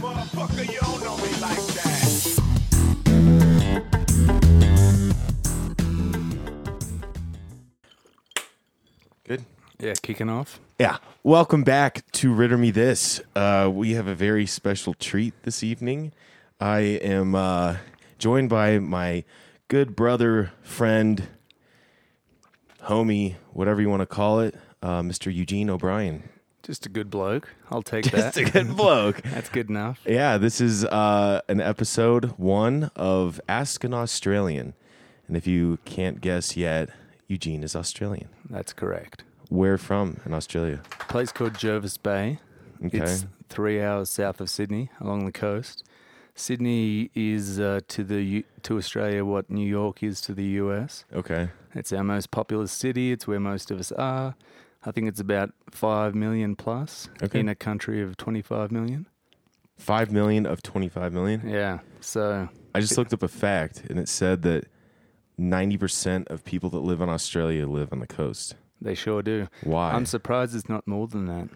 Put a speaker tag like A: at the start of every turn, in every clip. A: Motherfucker, you don't know me like that.
B: Good.
C: Yeah, kicking off.
B: Yeah. Welcome back to Ritter Me This. Uh, we have a very special treat this evening. I am uh, joined by my good brother, friend, homie, whatever you want to call it, uh, Mr. Eugene O'Brien.
C: Just a good bloke. I'll take
B: That's
C: that.
B: a good bloke.
C: That's good enough.
B: Yeah, this is uh, an episode one of Ask an Australian. And if you can't guess yet, Eugene is Australian.
C: That's correct.
B: Where from in Australia?
C: Place called Jervis Bay.
B: Okay.
C: It's three hours south of Sydney, along the coast. Sydney is uh, to the U- to Australia what New York is to the US.
B: Okay.
C: It's our most populous city. It's where most of us are. I think it's about five million plus
B: Okay.
C: in a country of twenty-five million.
B: Five million of twenty-five million.
C: Yeah. So
B: I just looked up a fact, and it said that ninety percent of people that live in Australia live on the coast.
C: they sure do.
B: Why?
C: I'm surprised it's not more than that.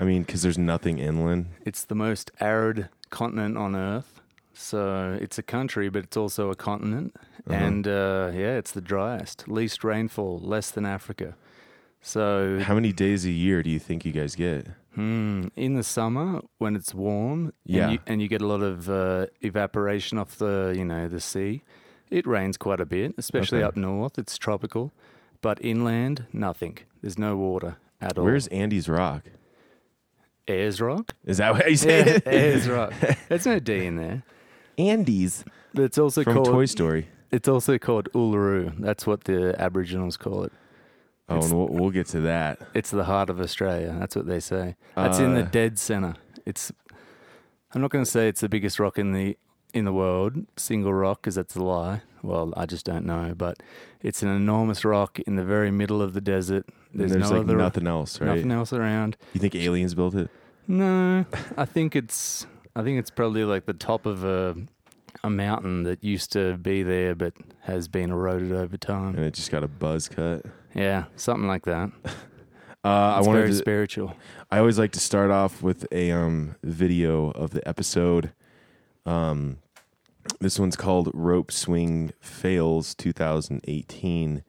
B: I mean, because there's nothing inland.
C: It's the most arid continent on Earth. So it's a country, but it's also a continent.
B: Uh-huh.
C: And uh, yeah, it's the driest, least rainfall, less than Africa. So
B: How many days a year do you think you guys get?
C: mm, in the summer, when it's warm,
B: Yeah.
C: and, you, and you get a lot of uh, evaporation off the you know the sea, it rains quite a bit, especially
B: Okay.
C: up north. It's tropical, but inland, nothing. There's no water at all.
B: Where's Andy's Rock?
C: Ayers Rock?
B: Is that what you
C: Yeah,
B: say?
C: Ayers Rock. There's no D in there.
B: Andy's
C: But it's also
B: from
C: called
B: Toy Story.
C: It's also called Uluru. That's what the Aboriginals call it.
B: Oh, and we'll, we'll get to that.
C: It's the heart of Australia. That's what they say. That's in the
B: Uh,
C: dead center. It's. I'm not going to say it's the biggest rock in the in the world, single rock, because that's a lie. Well, I just don't know, but it's an enormous rock in the very middle of the desert.
B: There's,
C: There's, no
B: like
C: other
B: nothing else, right?
C: nothing else around.
B: You think aliens built it?
C: No, I think it's I think it's probably like the top of a a mountain that used to be there but has been eroded over time.
B: And it just got a buzz cut.
C: Yeah, something like that.
B: Uh, I
C: It's
B: wanted
C: very
B: to,
C: spiritual.
B: I always like to start off with a um, video of the episode. Um, this one's called Rope Swing Fails 2018.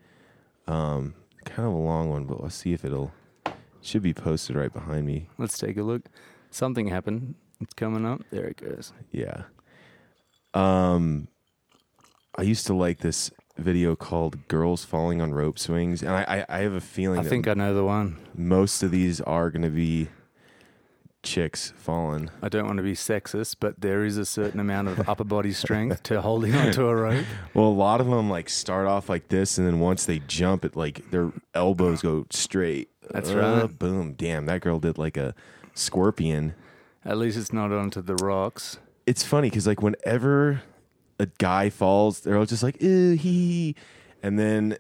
B: Um, kind of a long one, but let's see if it'll should be posted right behind me.
C: Let's take a look. Something happened. It's coming up. There it goes.
B: Yeah. Um, I used to like this video called "Girls Falling on Rope Swings," and I I, I have a feeling
C: I
B: that
C: think I know the one.
B: most of these are going to be chicks falling.
C: I don't want to be sexist, but there is a certain amount of upper body strength to holding onto a rope.
B: Well, a lot of them like start off like this, and then once they jump, it like their elbows go straight.
C: That's right.
B: Boom! Damn, that girl did like a scorpion.
C: At least it's not onto the rocks.
B: It's funny because like whenever a guy falls, they're all just like "Ew, he," and then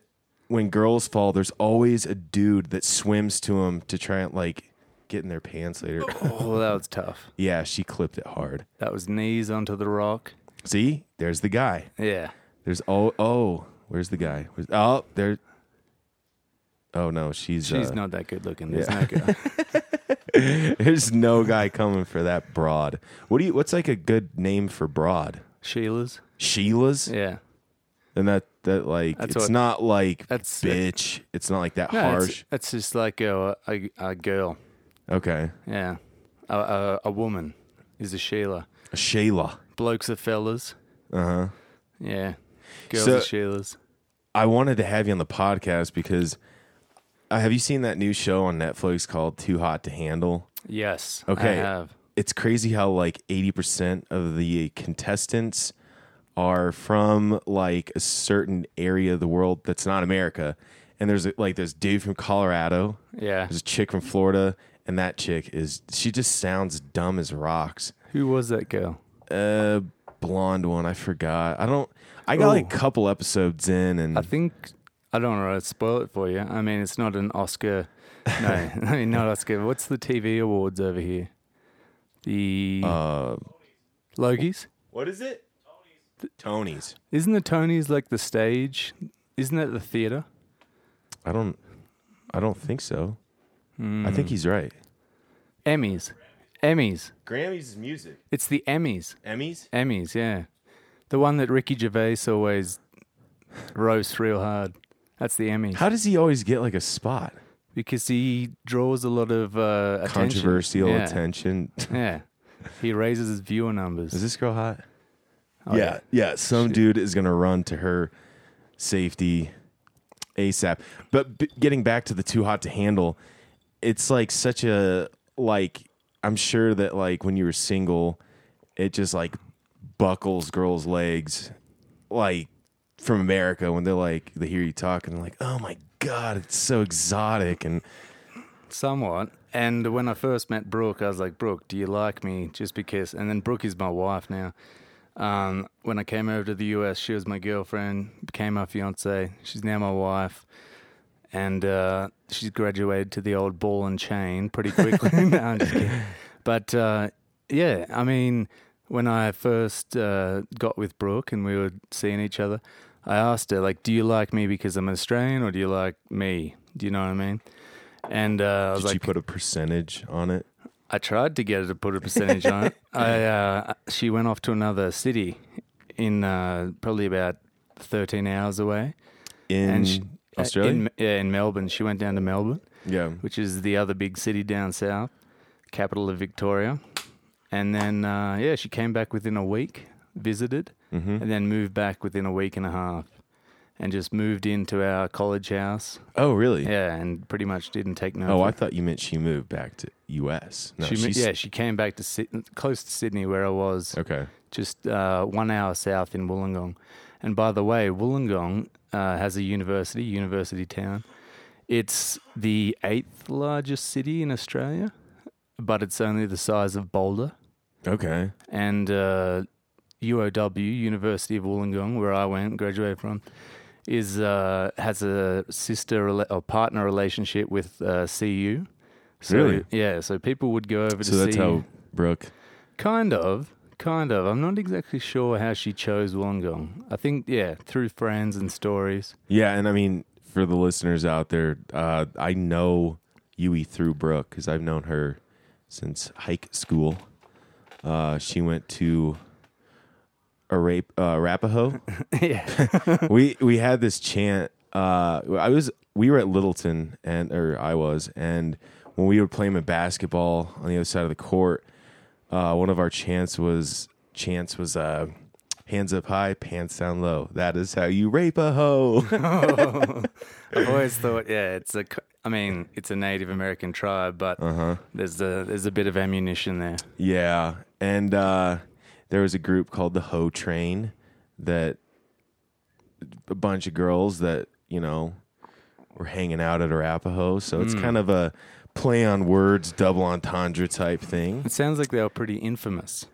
B: when girls fall, there's always a dude that swims to him to try and like get in their pants later.
C: Oh, that was tough.
B: yeah, she clipped it hard.
C: That was knees onto the rock.
B: See, there's the guy.
C: Yeah.
B: There's oh oh, where's the guy? Where's, oh, there. Oh no, she's
C: She's
B: uh,
C: not that good looking. There's
B: yeah.
C: no go.
B: There's no guy coming for that broad. What do you? What's like a good name for broad?
C: Sheila's.
B: Sheila's,
C: Yeah.
B: and that that like
C: That's
B: it's
C: what-
B: not like
C: that's-
B: bitch. It's not like that
C: No, it's-
B: harsh.
C: It's, just like a, a, a girl.
B: Okay,
C: Yeah. A, a, a woman is a Sheila.
B: a Sheila.
C: Blokes are fellas.
B: Uh huh.
C: Yeah. Girls
B: So-
C: are Sheilas.
B: I wanted to have you on the podcast because uh, have you seen that new show on Netflix called Too Hot to Handle?
C: Yes.
B: Okay.
C: I have.
B: It's crazy how like eighty percent of the contestants are from like a certain area of the world that's not America. And there's like this dude from Colorado
C: Yeah.
B: There's a chick from Florida, and that chick is she just sounds dumb as rocks.
C: Who was that girl?
B: Uh, blonde one, I forgot. I don't. I got like a
C: Ooh.
B: couple episodes in, and
C: I think I don't want to spoil it for you. I mean, it's not an Oscar. No, I mean not Oscar. What's the TV awards over here? The
B: uh,
C: Logies.
B: what is it? Tony's.
C: Isn't the Tonys like the stage? Isn't that the theater?
B: I don't. I don't think so. I think he's right.
C: Emmys. Emmys.
B: Hmm. Grammys is music.
C: It's the Emmys.
B: Emmys?
C: Emmys, yeah. The one that Ricky Gervais always roasts real hard. That's the Emmys.
B: How does he always get like a spot?
C: Because he draws a lot of uh, attention.
B: Controversial
C: yeah.
B: attention.
C: Yeah. He raises his viewer numbers.
B: Is this girl hot?
C: Oh,
B: yeah, yeah. Some dude is gonna run to her safety ASAP. But b- getting back to the too hot to handle, it's like such a like. I'm sure that like when you were single, it just like buckles girls' legs, like from America when they're like they hear you talking, they're like, oh my god, it's so exotic and
C: Somewhat. And when I first met Brooke, I was like, Brooke, do you like me? Just because. And then Brooke is my wife now. Um, when I came over to the US, she was my girlfriend, became my fiance. She's now my wife. And uh, she's graduated to the old ball and chain pretty quickly. no, I'm just kidding. But uh, yeah, I mean, when I first uh, got with Brooke and we were seeing each other, I asked her, like, do you like me because I'm Australian or do you like me? Do you know what I mean? And uh, I was
B: did
C: like,
B: you put a percentage on it?
C: I tried to get her to put a percentage on it. I uh, she went off to another city in uh, probably about thirteen hours away,
B: In
C: she- uh,
B: Australia?
C: in, yeah, in Melbourne. She went down to Melbourne,
B: yeah.
C: which is the other big city down south, capital of Victoria, and then uh, yeah, she came back within a week, visited,
B: Mm-hmm.
C: and then moved back within a week and a half, and just moved into our college house.
B: Oh, really?
C: Yeah, and pretty much didn't take no.
B: Oh, I
C: further-
B: thought you meant she moved back to U.S. No,
C: she, mo-
B: she's
C: yeah, she came back to Sydney, close to Sydney, where I was.
B: okay.
C: just uh, one hour south in Wollongong. And by the way, Wollongong uh, has a university, university town. It's the eighth largest city in Australia, but it's only the size of Boulder.
B: Okay,
C: And uh, UOW, University of Wollongong, where I went, graduated from, is uh, has a sister rela- or partner relationship with uh, CU. So,
B: Really?
C: Yeah, so people would go over to
B: so that's
C: CU.
B: how Brooke.
C: Kind of, kind of. I'm not exactly sure how she chose Wollongong. I think, yeah, through friends and stories.
B: Yeah, and I mean for the listeners out there, uh, I know Yui through Brooke because I've known her since hike school. Uh, she went to Arap- uh, Arapaho.
C: yeah,
B: we we had this chant. Uh, I was we were at Littleton and or I was and when we were playing basketball on the other side of the court, uh, one of our chants was chants was uh, hands up high, pants down low. That is how you rape a hoe.
C: I've always thought, yeah, it's a. c- I mean, it's a Native American tribe, but there's a there's a bit of ammunition there.
B: yeah, and uh, there was a group called the Hoe Train that a bunch of girls that you know were hanging out at Arapaho. So
C: Hmm.
B: it's kind of a play on words, double entendre type thing.
C: It sounds like they were pretty infamous.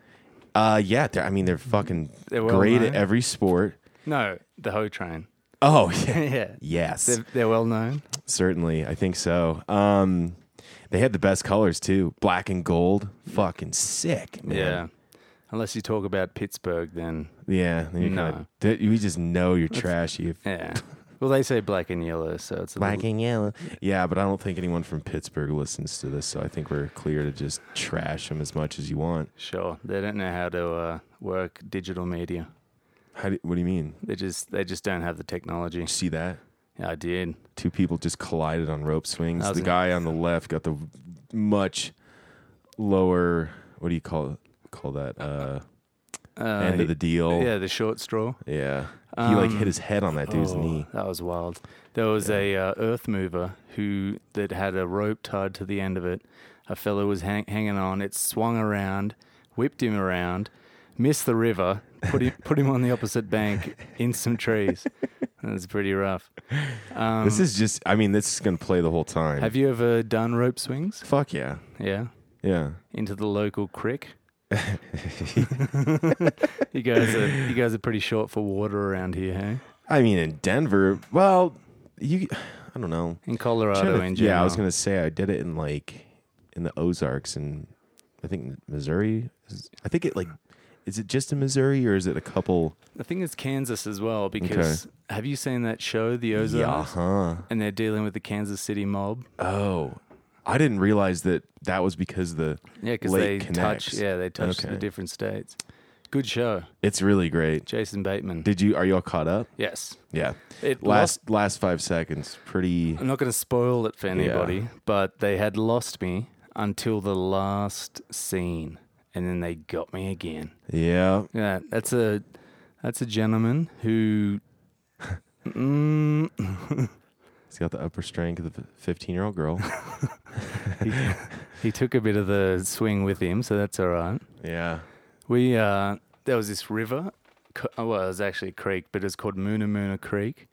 B: Uh, yeah, they're, I mean they're fucking
C: They're well
B: great at
C: known.
B: every sport.
C: No, the Ho Train.
B: Oh yeah,
C: yeah,
B: yes,
C: they're, they're well known.
B: certainly. I think so. Um, they had the best colors too, black and gold. Fucking sick, man.
C: Yeah, unless you talk about Pittsburgh, then
B: Yeah, then you kinda,
C: No.
B: that- you just know you're trashy. If
C: yeah. Well, they say black and yellow, so it's a
B: black
C: little,
B: and yellow. Yeah, but I don't think anyone from Pittsburgh listens to this, so I think we're clear to just trash them as much as you want.
C: sure. They don't know how to uh, work digital media.
B: How do, what do you mean?
C: They just they just don't have the technology.
B: You see that?
C: Yeah, I did.
B: Two people just collided on rope swings.
C: That was
B: The
C: in-
B: guy on the left got the much lower. What do you call call that? Uh,
C: Uh,
B: end of the deal.
C: yeah, the short straw.
B: Yeah. he like
C: Um,
B: hit his head on that dude's
C: Oh,
B: knee.
C: That was wild. There was a uh, earth mover who that had a rope tied to the end of it. A fella was hang- hanging on. It swung around, whipped him around, missed the river, put him put him on the opposite bank in some trees. That was pretty rough. Um,
B: this is just. I mean, this is gonna play the whole time.
C: have you ever done rope swings?
B: Fuck yeah.
C: Yeah,
B: Yeah.
C: into the local creek. you guys are you guys are pretty short for water around here, hey?
B: I mean, in Denver, well, you. I don't know.
C: In Colorado,
B: Trying to-
C: in general.
B: yeah, I was gonna say I did it in like in the Ozarks and I think Missouri. is- I think it like is it just in Missouri or is it a couple?
C: I think it's Kansas as well because have you seen that show, The Ozarks?
B: huh.
C: And they're dealing with the Kansas City mob.
B: uh-huh. Oh, I didn't realize that that was because the
C: Yeah, because they
B: lake
C: touch.
B: connects.
C: Yeah, they touch the
B: Okay.
C: different states. Good show,
B: It's really great.
C: Jason Bateman.
B: Did you? Are you all caught up?
C: yes,
B: Yeah.
C: it lost.
B: Last last five seconds. Pretty.
C: I'm not going to spoil it for anybody, but they had lost me until the last scene, and then they got me again.
B: Yeah.
C: Yeah, that's a that's a gentleman who. Mm,
B: He's got the upper strength of a 15 year old girl.
C: he, he took a bit of the swing with him, so that's all right.
B: yeah.
C: We uh, there was this river. c- oh, Well, it was actually a creek, but it's called Moona Moona Creek,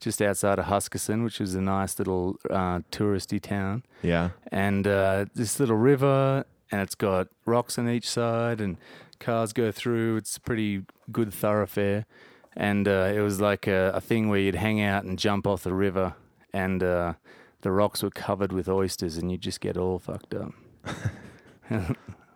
C: just outside of Huskisson, which is a nice little uh, touristy town.
B: Yeah.
C: And uh, this little river, and it's got rocks on each side, and cars go through. It's a pretty good thoroughfare. And uh, it was like a, a thing where you'd hang out and jump off the river, and uh, the rocks were covered with oysters, and you just get all fucked up.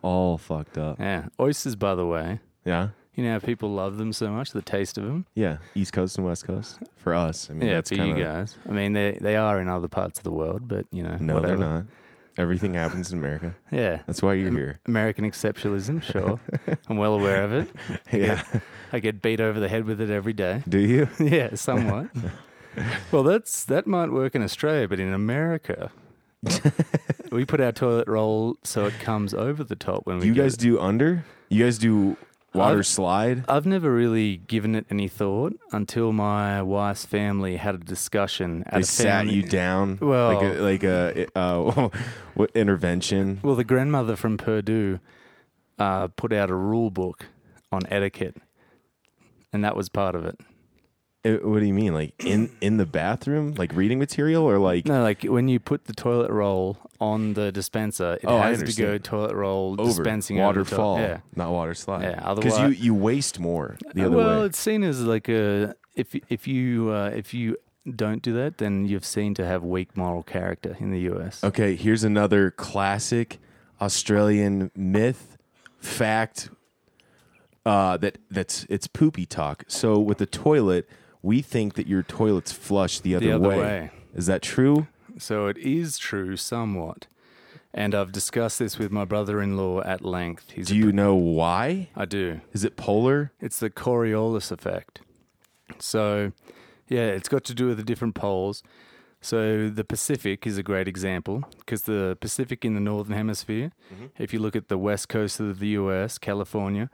B: All fucked up.
C: Yeah, oysters, by the way.
B: Yeah.
C: You know, how people love them so much, the taste of them.
B: Yeah. East Coast and West Coast. For us. I mean,
C: Yeah,
B: that's
C: for
B: kind
C: you
B: of.
C: guys. I mean, they they are in other parts of the world, but you know,
B: No,
C: whatever.
B: they're not. Everything happens in America.
C: Yeah,
B: That's why you're here.
C: American exceptionalism. Sure, I'm well aware of it.
B: Yeah.
C: I get beat over the head with it every day.
B: Do you?
C: Yeah, somewhat. well, that's that might work in Australia, but in America, we put our toilet roll so it comes over the top when we.
B: You
C: get
B: guys
C: it.
B: do under? You guys do water
C: I've-
B: slide?
C: I've never really given it any thought until my wife's family had a discussion. At
B: They
C: a
B: sat
C: family-
B: you down like a,
C: Well-
B: like a uh, what intervention?
C: Well, the grandmother from Purdue uh, put out a rule book on etiquette, and that was part of it.
B: Uh, what do you mean? Like in in the bathroom, like reading material, or like
C: No, like when you put the toilet roll on the dispenser, it
B: Oh, I
C: has to go
B: understand.
C: toilet roll
B: over
C: dispensing over the top.
B: waterfall,
C: Yeah.
B: not water slide.
C: Yeah,
B: you
C: otherwise- Uh,
B: you waste more the other
C: well,
B: way.
C: it's seen as like a if if you uh, if you don't do that, then you've seen to have weak moral character in the U.S.
B: Okay, here's another classic Australian myth fact uh, that that's it's poopy talk. So with the toilet, we think that your toilet's flush the other,
C: other
B: way.
C: way.
B: Is that true?
C: So it is true somewhat, and I've discussed this with my brother-in-law at length. He's
B: Do
C: a-
B: you know why?
C: I do.
B: Is it polar?
C: It's the Coriolis effect. So, yeah, it's got to do with the different poles. So, the Pacific is a great example because the Pacific in the Northern Hemisphere, if you look at the west coast of the US, California,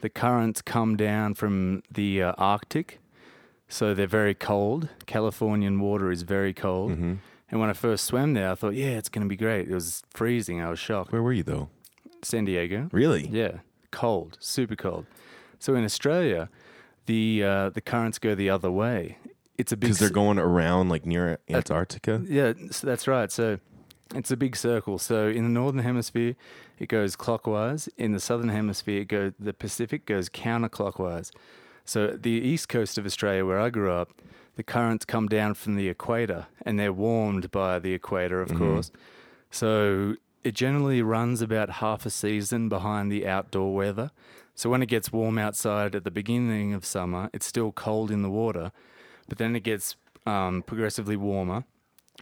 C: the currents come down from the uh, Arctic. So, they're very cold. Californian water is very cold. And when I first swam there, I thought, yeah, it's going to be great. It was freezing. I was shocked.
B: Where were you though?
C: San Diego.
B: Really?
C: Yeah, cold, super cold. So in Australia, the uh, the currents go the other way. It's a big
B: Because they're
C: c-
B: going around like near Antarctica.
C: yeah, so that's right. So it's a big circle. So in the northern hemisphere, it goes clockwise. In the southern hemisphere, it go the Pacific goes counterclockwise. So the east coast of Australia, where I grew up, the currents come down from the equator, and they're warmed by the equator, of course. So it generally runs about half a season behind the outdoor weather. So when it gets warm outside at the beginning of summer, it's still cold in the water, but then it gets um, progressively warmer.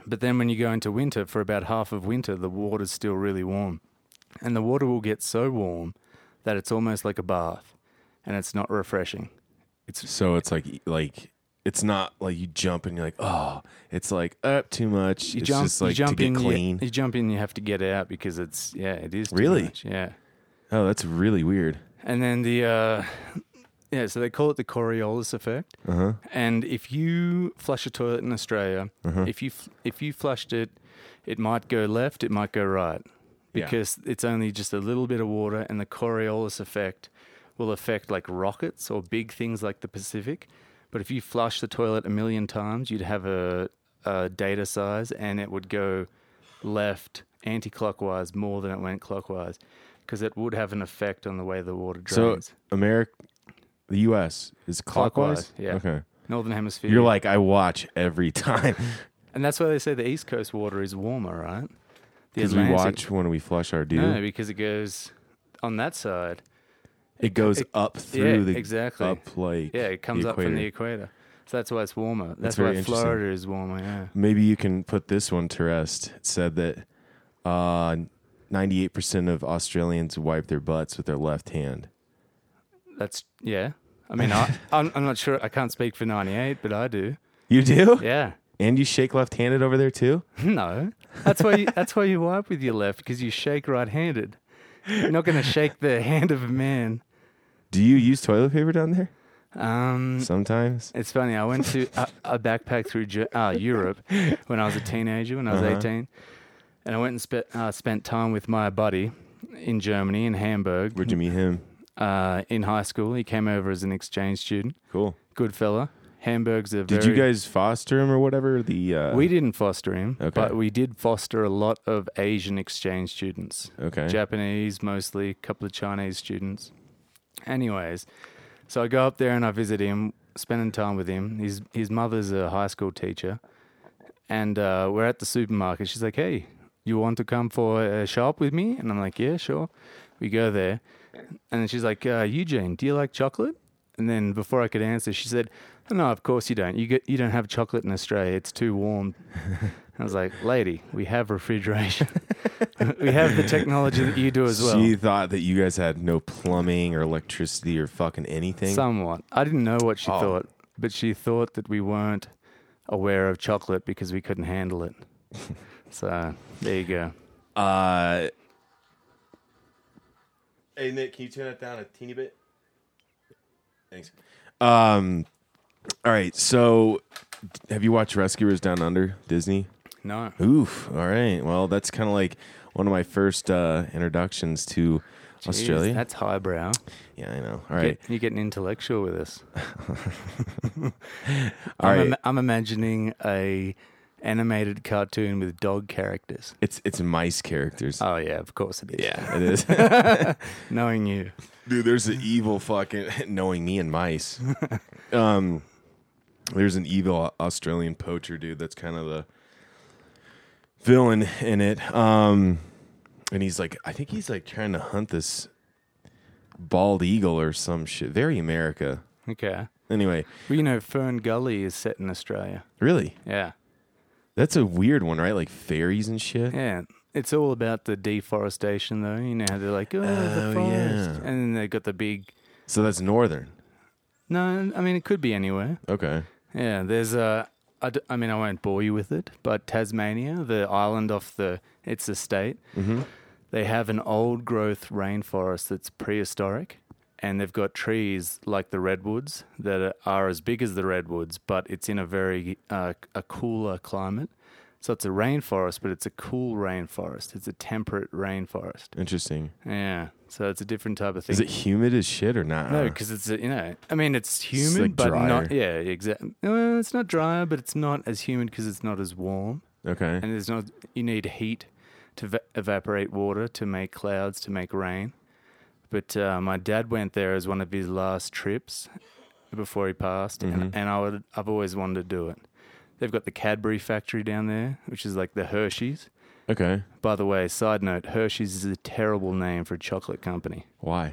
C: But then when you go into winter, for about half of winter, the water's still really warm. And the water will get so warm that it's almost like a bath and it's not refreshing.
B: So it's like like it's not like you jump and you're like oh it's like up too much.
C: You
B: it's
C: jump,
B: just like
C: you jump
B: to get
C: in, you-
B: clean.
C: You, jump in, you have to get out because it's, yeah, it is. too
B: Really?
C: much, Yeah.
B: oh, that's really weird.
C: And then the, uh, yeah, so they call it the Coriolis effect.
B: Uh-huh.
C: And if you flush a toilet in Australia,
B: Uh-huh.
C: if you f- if you flushed it, it might go left, it might go right,
B: Yeah.
C: because it's only just a little bit of water, and the Coriolis effect will affect like rockets or big things like the Pacific. But if you flush the toilet a million times, you'd have a, a data size, and it would go left anti-clockwise more than it went clockwise, because it would have an effect on the way the water
B: So
C: drains.
B: America, the U.S. is clockwise.
C: Clockwise, yeah.
B: Okay.
C: Northern Hemisphere.
B: You're like I watch every time
C: And that's why they say the East Coast water is warmer, right? The
B: because we
C: Atlantic-
B: watch when we flush our dew.
C: No, because it goes on that side.
B: it goes
C: it-
B: up through the
C: exactly.
B: up like
C: Yeah, it comes
B: the
C: up from the
B: equator.
C: equator. So that's why it's warmer. That's,
B: very
C: why
B: interesting.
C: Florida is warmer, yeah.
B: Maybe you can put this one to rest. It said that Uh, 98% of Australians wipe their butts with their left hand.
C: That's yeah. I mean, I, I'm, I'm not sure. I can't speak for '98, but I do.
B: You do?
C: Yeah.
B: And you shake left-handed over there too?
C: No, that's why you, that's why you wipe with your left because you shake right-handed. You're not going to shake the hand of a man.
B: Do you use toilet paper down there?
C: Um,
B: Sometimes.
C: It's funny. I went to a, a backpack through Ge- uh, Europe when I was a teenager, when I was
B: Uh-huh.
C: 18, and I went and spe- uh, spent time with my buddy in Germany in Hamburg
B: Where'd you meet him?
C: uh, in high school. He came over as an exchange student.
B: Cool.
C: Good fella. Hamburg's a very.
B: Did you guys foster him or whatever? The uh,
C: We didn't foster him,
B: Okay.
C: but we did foster a lot of Asian exchange students.
B: okay.
C: Japanese mostly, a couple of Chinese students. Anyways, so I go up there and I visit him, spending time with him. His his mother's a high school teacher, and uh, we're at the supermarket. She's like, "Hey, you want to come for a shop with me?" And I'm like, "Yeah, sure." We go there, and then she's like, uh, "Eugene, do you like chocolate?" And then before I could answer, she said, "No, of course you don't. You get you don't have chocolate in Australia. It's too warm." I was like, "Lady, we have refrigeration. we have the technology that you do as well."
B: She thought that you guys had no plumbing or electricity or fucking anything.
C: Somewhat. I didn't know what she
B: Oh.
C: thought, but she thought that we weren't aware of chocolate because we couldn't handle it. so there you go.
B: Uh, hey Nick, can you turn that down a teeny bit? Thanks. Um, all right. So, have you watched Rescuers Down Under Disney?
C: No.
B: Oof. All right. Well, that's kind of like one of my first uh, introductions to Australia.
C: Jeez, that's highbrow.
B: yeah, I know. All right.
C: Get- You're getting intellectual with us.
B: All
C: I'm,
B: right.
C: im- I'm imagining a animated cartoon with dog characters.
B: It's it's mice characters.
C: Oh yeah, of course it is.
B: yeah, it is.
C: Knowing you.
B: Dude, there's an evil fucking knowing me and mice. um, there's an evil Australian poacher dude that's kind of the villain in it. Um, and he's like, I think he's like trying to hunt this bald eagle or some shit. Very America.
C: Okay.
B: Anyway,
C: Well, you know, Fern Gully is set in Australia.
B: really,
C: Yeah.
B: that's a weird one, right? Like fairies and shit.
C: Yeah, it's all about the deforestation, though. You know how they're like, oh,
B: Oh,
C: the forest,
B: yeah.
C: and then they got the big.
B: So that's northern.
C: No, I mean it could be anywhere.
B: Okay.
C: Yeah, there's a. I, d- I mean, I won't bore you with it, but Tasmania, the island off the, it's a state.
B: Mhm.
C: They have an old growth rainforest that's prehistoric, and they've got trees like the redwoods that are, are as big as the redwoods, but it's in a very uh, a cooler climate. So it's a rainforest, but it's a cool rainforest. It's a temperate rainforest.
B: Interesting.
C: Yeah, so it's a different type of thing.
B: Is it humid as shit or not?
C: No, because it's uh, you know, I mean, it's humid,
B: like,
C: but
B: drier.
C: not yeah, exactly. it's not drier, but it's not as humid because it's not as warm,
B: okay.
C: and there's not you need heat to va- evaporate water to make clouds to make rain. But uh, my dad went there as one of his last trips before he passed, and, and I would I've always wanted to do it. They've got the Cadbury factory down there, which is like the Hershey's.
B: Okay.
C: By the way, side note, Hershey's is a terrible name for a chocolate company.
B: Why?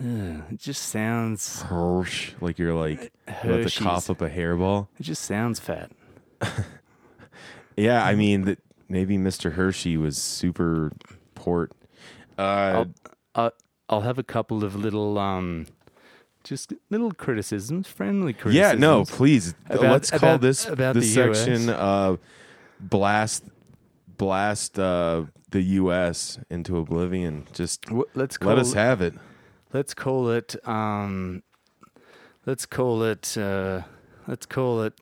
C: Ugh, it just sounds
B: Hirsch, like you're like about to
C: Hershey's.
B: cough up a hairball.
C: It just sounds fat.
B: Yeah, I mean that maybe Mr. Hershey was super port. Uh,
C: I, I'll have a couple of little, um, just little criticisms, friendly
B: yeah,
C: criticisms.
B: no, please. uh,
C: About-
B: Let's call
C: about-
B: this
C: about
B: this
C: the US.
B: section uh, blast blast uh, the US into oblivion. Just
C: W- let's call
B: let us have it.
C: let's call it um, let's call it uh, let's call it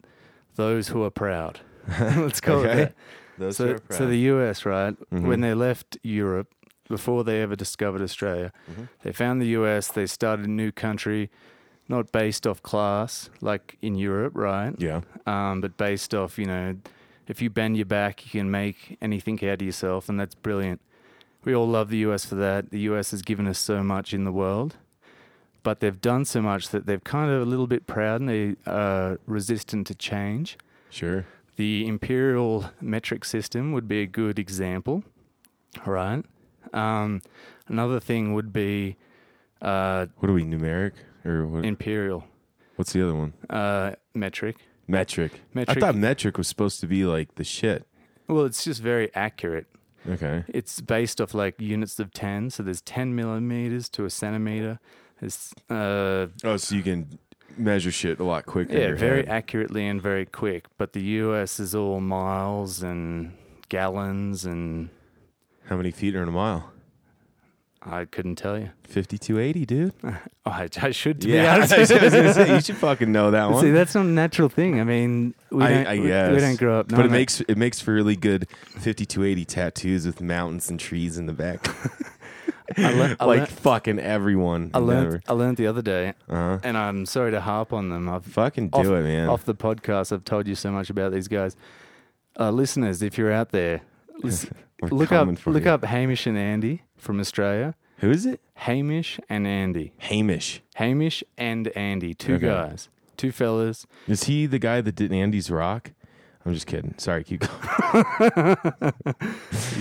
C: those who are proud. let's call
B: Okay.
C: it that.
B: Those
C: so,
B: who are
C: so
B: proud.
C: the US, right?
B: Mhm.
C: When they left Europe, before they ever discovered Australia,
B: Mhm.
C: they found the US. They started a new country, not based off class like in Europe, right?
B: yeah.
C: um, but based off, you know, if you bend your back, you can make anything out of yourself, and that's brilliant. We all love the US for that. The US has given us so much in the world, but they've done so much that they've kind of a little bit proud and they are resistant to change.
B: Sure.
C: The imperial metric system would be a good example, right? Um, another thing would be uh,
B: What are we numeric or what,
C: imperial
B: what's the other one?
C: uh, metric.
B: Metric. I
C: Metric-
B: thought metric was supposed to be like the shit.
C: Well, it's just very accurate.
B: Okay.
C: It's based off like units of 10. So there's 10 millimeters to a centimeter. There's, uh,
B: Oh, so you can measure shit a lot quicker. in
C: yeah,
B: your
C: very
B: head.
C: accurately and very quick. But the US is all miles and gallons, and
B: How many feet are in a mile?
C: I couldn't tell you. Oh,
B: Fifty-two eighty, dude.
C: I, I should, to
B: Yeah, I
C: be
B: was
C: honest.
B: gonna say, you should fucking know that one.
C: See, that's not a natural thing. I mean, we
B: I,
C: don't,
B: I
C: we-
B: guess
C: we, don't grow up.
B: but it
C: knowing that.
B: makes it makes for really good fifty-two eighty tattoos with mountains and trees in the back,
C: I learnt- I
B: like
C: learnt-
B: fucking everyone.
C: I learned, I learned the other day,
B: Uh huh.
C: and I'm sorry to harp on them. I've
B: Fucking do
C: off,
B: it, man.
C: Off the podcast, I've told you so much about these guys. Uh, listeners, if you're out there, lis-
B: We're
C: look
B: coming
C: up
B: for
C: look
B: you.
C: up Hamish and Andy from Australia.
B: Who is it?
C: Hamish and Andy.
B: Hamish.
C: Hamish and Andy, two
B: Okay.
C: guys, two fellas.
B: Is he the guy that did Andy's Rock? I'm just kidding. Sorry, keep going.
C: You're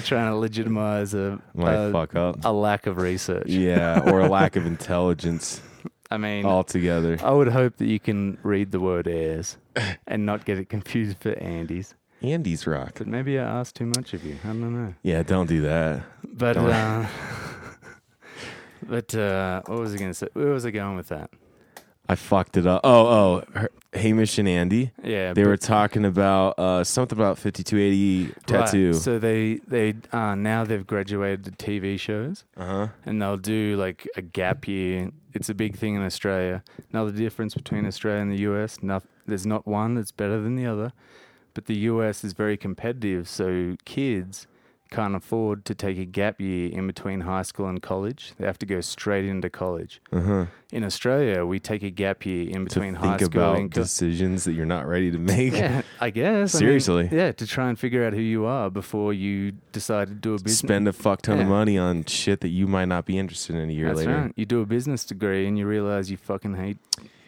C: trying to legitimize a
B: My
C: a,
B: fuck up.
C: a lack of research.
B: Yeah, Oh. or a lack of intelligence
C: I mean,
B: altogether.
C: I would hope that you can read the word airs and not get it confused for Andy's.
B: Andy's Rock.
C: But maybe I asked too much of you. I don't know.
B: Yeah, don't do that.
C: But
B: Don't worry.
C: uh, but uh, what was I going to say? Where was I going with that?
B: I fucked it up. Oh, oh, her, Hamish and Andy.
C: Yeah,
B: They
C: but-
B: were talking about uh, something about 5280
C: right,
B: tattoo.
C: So they they uh, now they've graduated to TV shows
B: uh huh.
C: and they'll do like a gap year. It's a big thing in Australia. Now the difference between Australia and the US, no, there's not one that's better than the other, but the US is very competitive, so kids can't afford to take a gap year in between high school and college. They have to go straight into college.
B: Uh huh.
C: In Australia, we take a gap year
B: To
C: in between
B: think
C: high school
B: about
C: and co-
B: decisions that you're not ready to make.
C: yeah, I guess. I mean,
B: Seriously.
C: yeah, to try and figure out who you are before you decide to do a business.
B: Spend a fuck ton of
C: Yeah.
B: money on shit that you might not be interested in a year
C: That's
B: later.
C: right. You do a business degree and you realize you fucking hate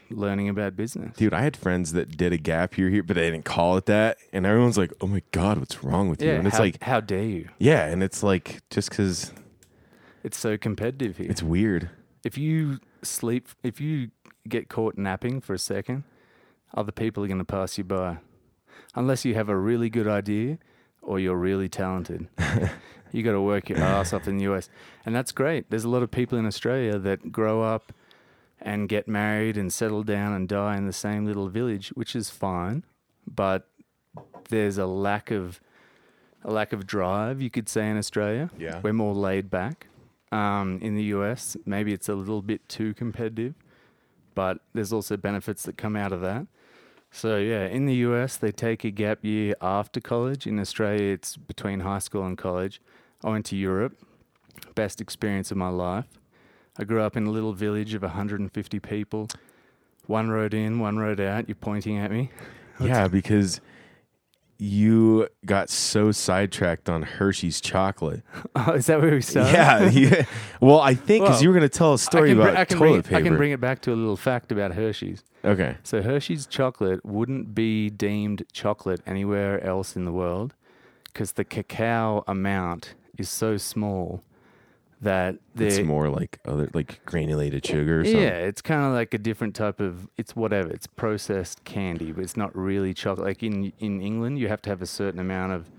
C: learning about business.
B: Dude, I had friends that did a gap year here, but they didn't call it that. And everyone's like, oh my God, what's wrong with you?
C: yeah,
B: And it's
C: how,
B: like,
C: how dare you?
B: yeah. And it's like, just because
C: It's so competitive here.
B: it's weird.
C: if you sleep, if you get caught napping for a second, other people are going to pass you by, unless you have a really good idea or you're really talented. you got to work your ass off in the US, and that's great. There's a lot of people in Australia that grow up and get married and settle down and die in the same little village, which is fine, but there's a lack of a lack of drive, you could say, in Australia.
B: Yeah.
C: we're more laid back. Um, in the US, maybe it's a little bit too competitive, but there's also benefits that come out of that. So yeah, in the US they take a gap year after college. In Australia it's between high school and college. I went to Europe. Best experience of my life. I grew up in a little village of 150 people. One road in, one road out. You're pointing at me.
B: Yeah, because you got so sidetracked on Hershey's chocolate.
C: Oh, is that where we started?
B: yeah, you- well, I think because
C: Well,
B: you were going to tell a
C: I
B: story
C: can br-
B: about
C: I can bring
B: toilet
C: it-
B: paper.
C: I can bring it back to a little fact about Hershey's.
B: okay,
C: So Hershey's chocolate wouldn't be deemed chocolate anywhere else in the world because the cacao amount is so small that
B: it's
C: they're-
B: more like other like granulated sugar. Or something.
C: yeah, it's kind of like a different type of it's whatever. It's processed candy, but it's not really chocolate. Like in in England, you have to have a certain amount of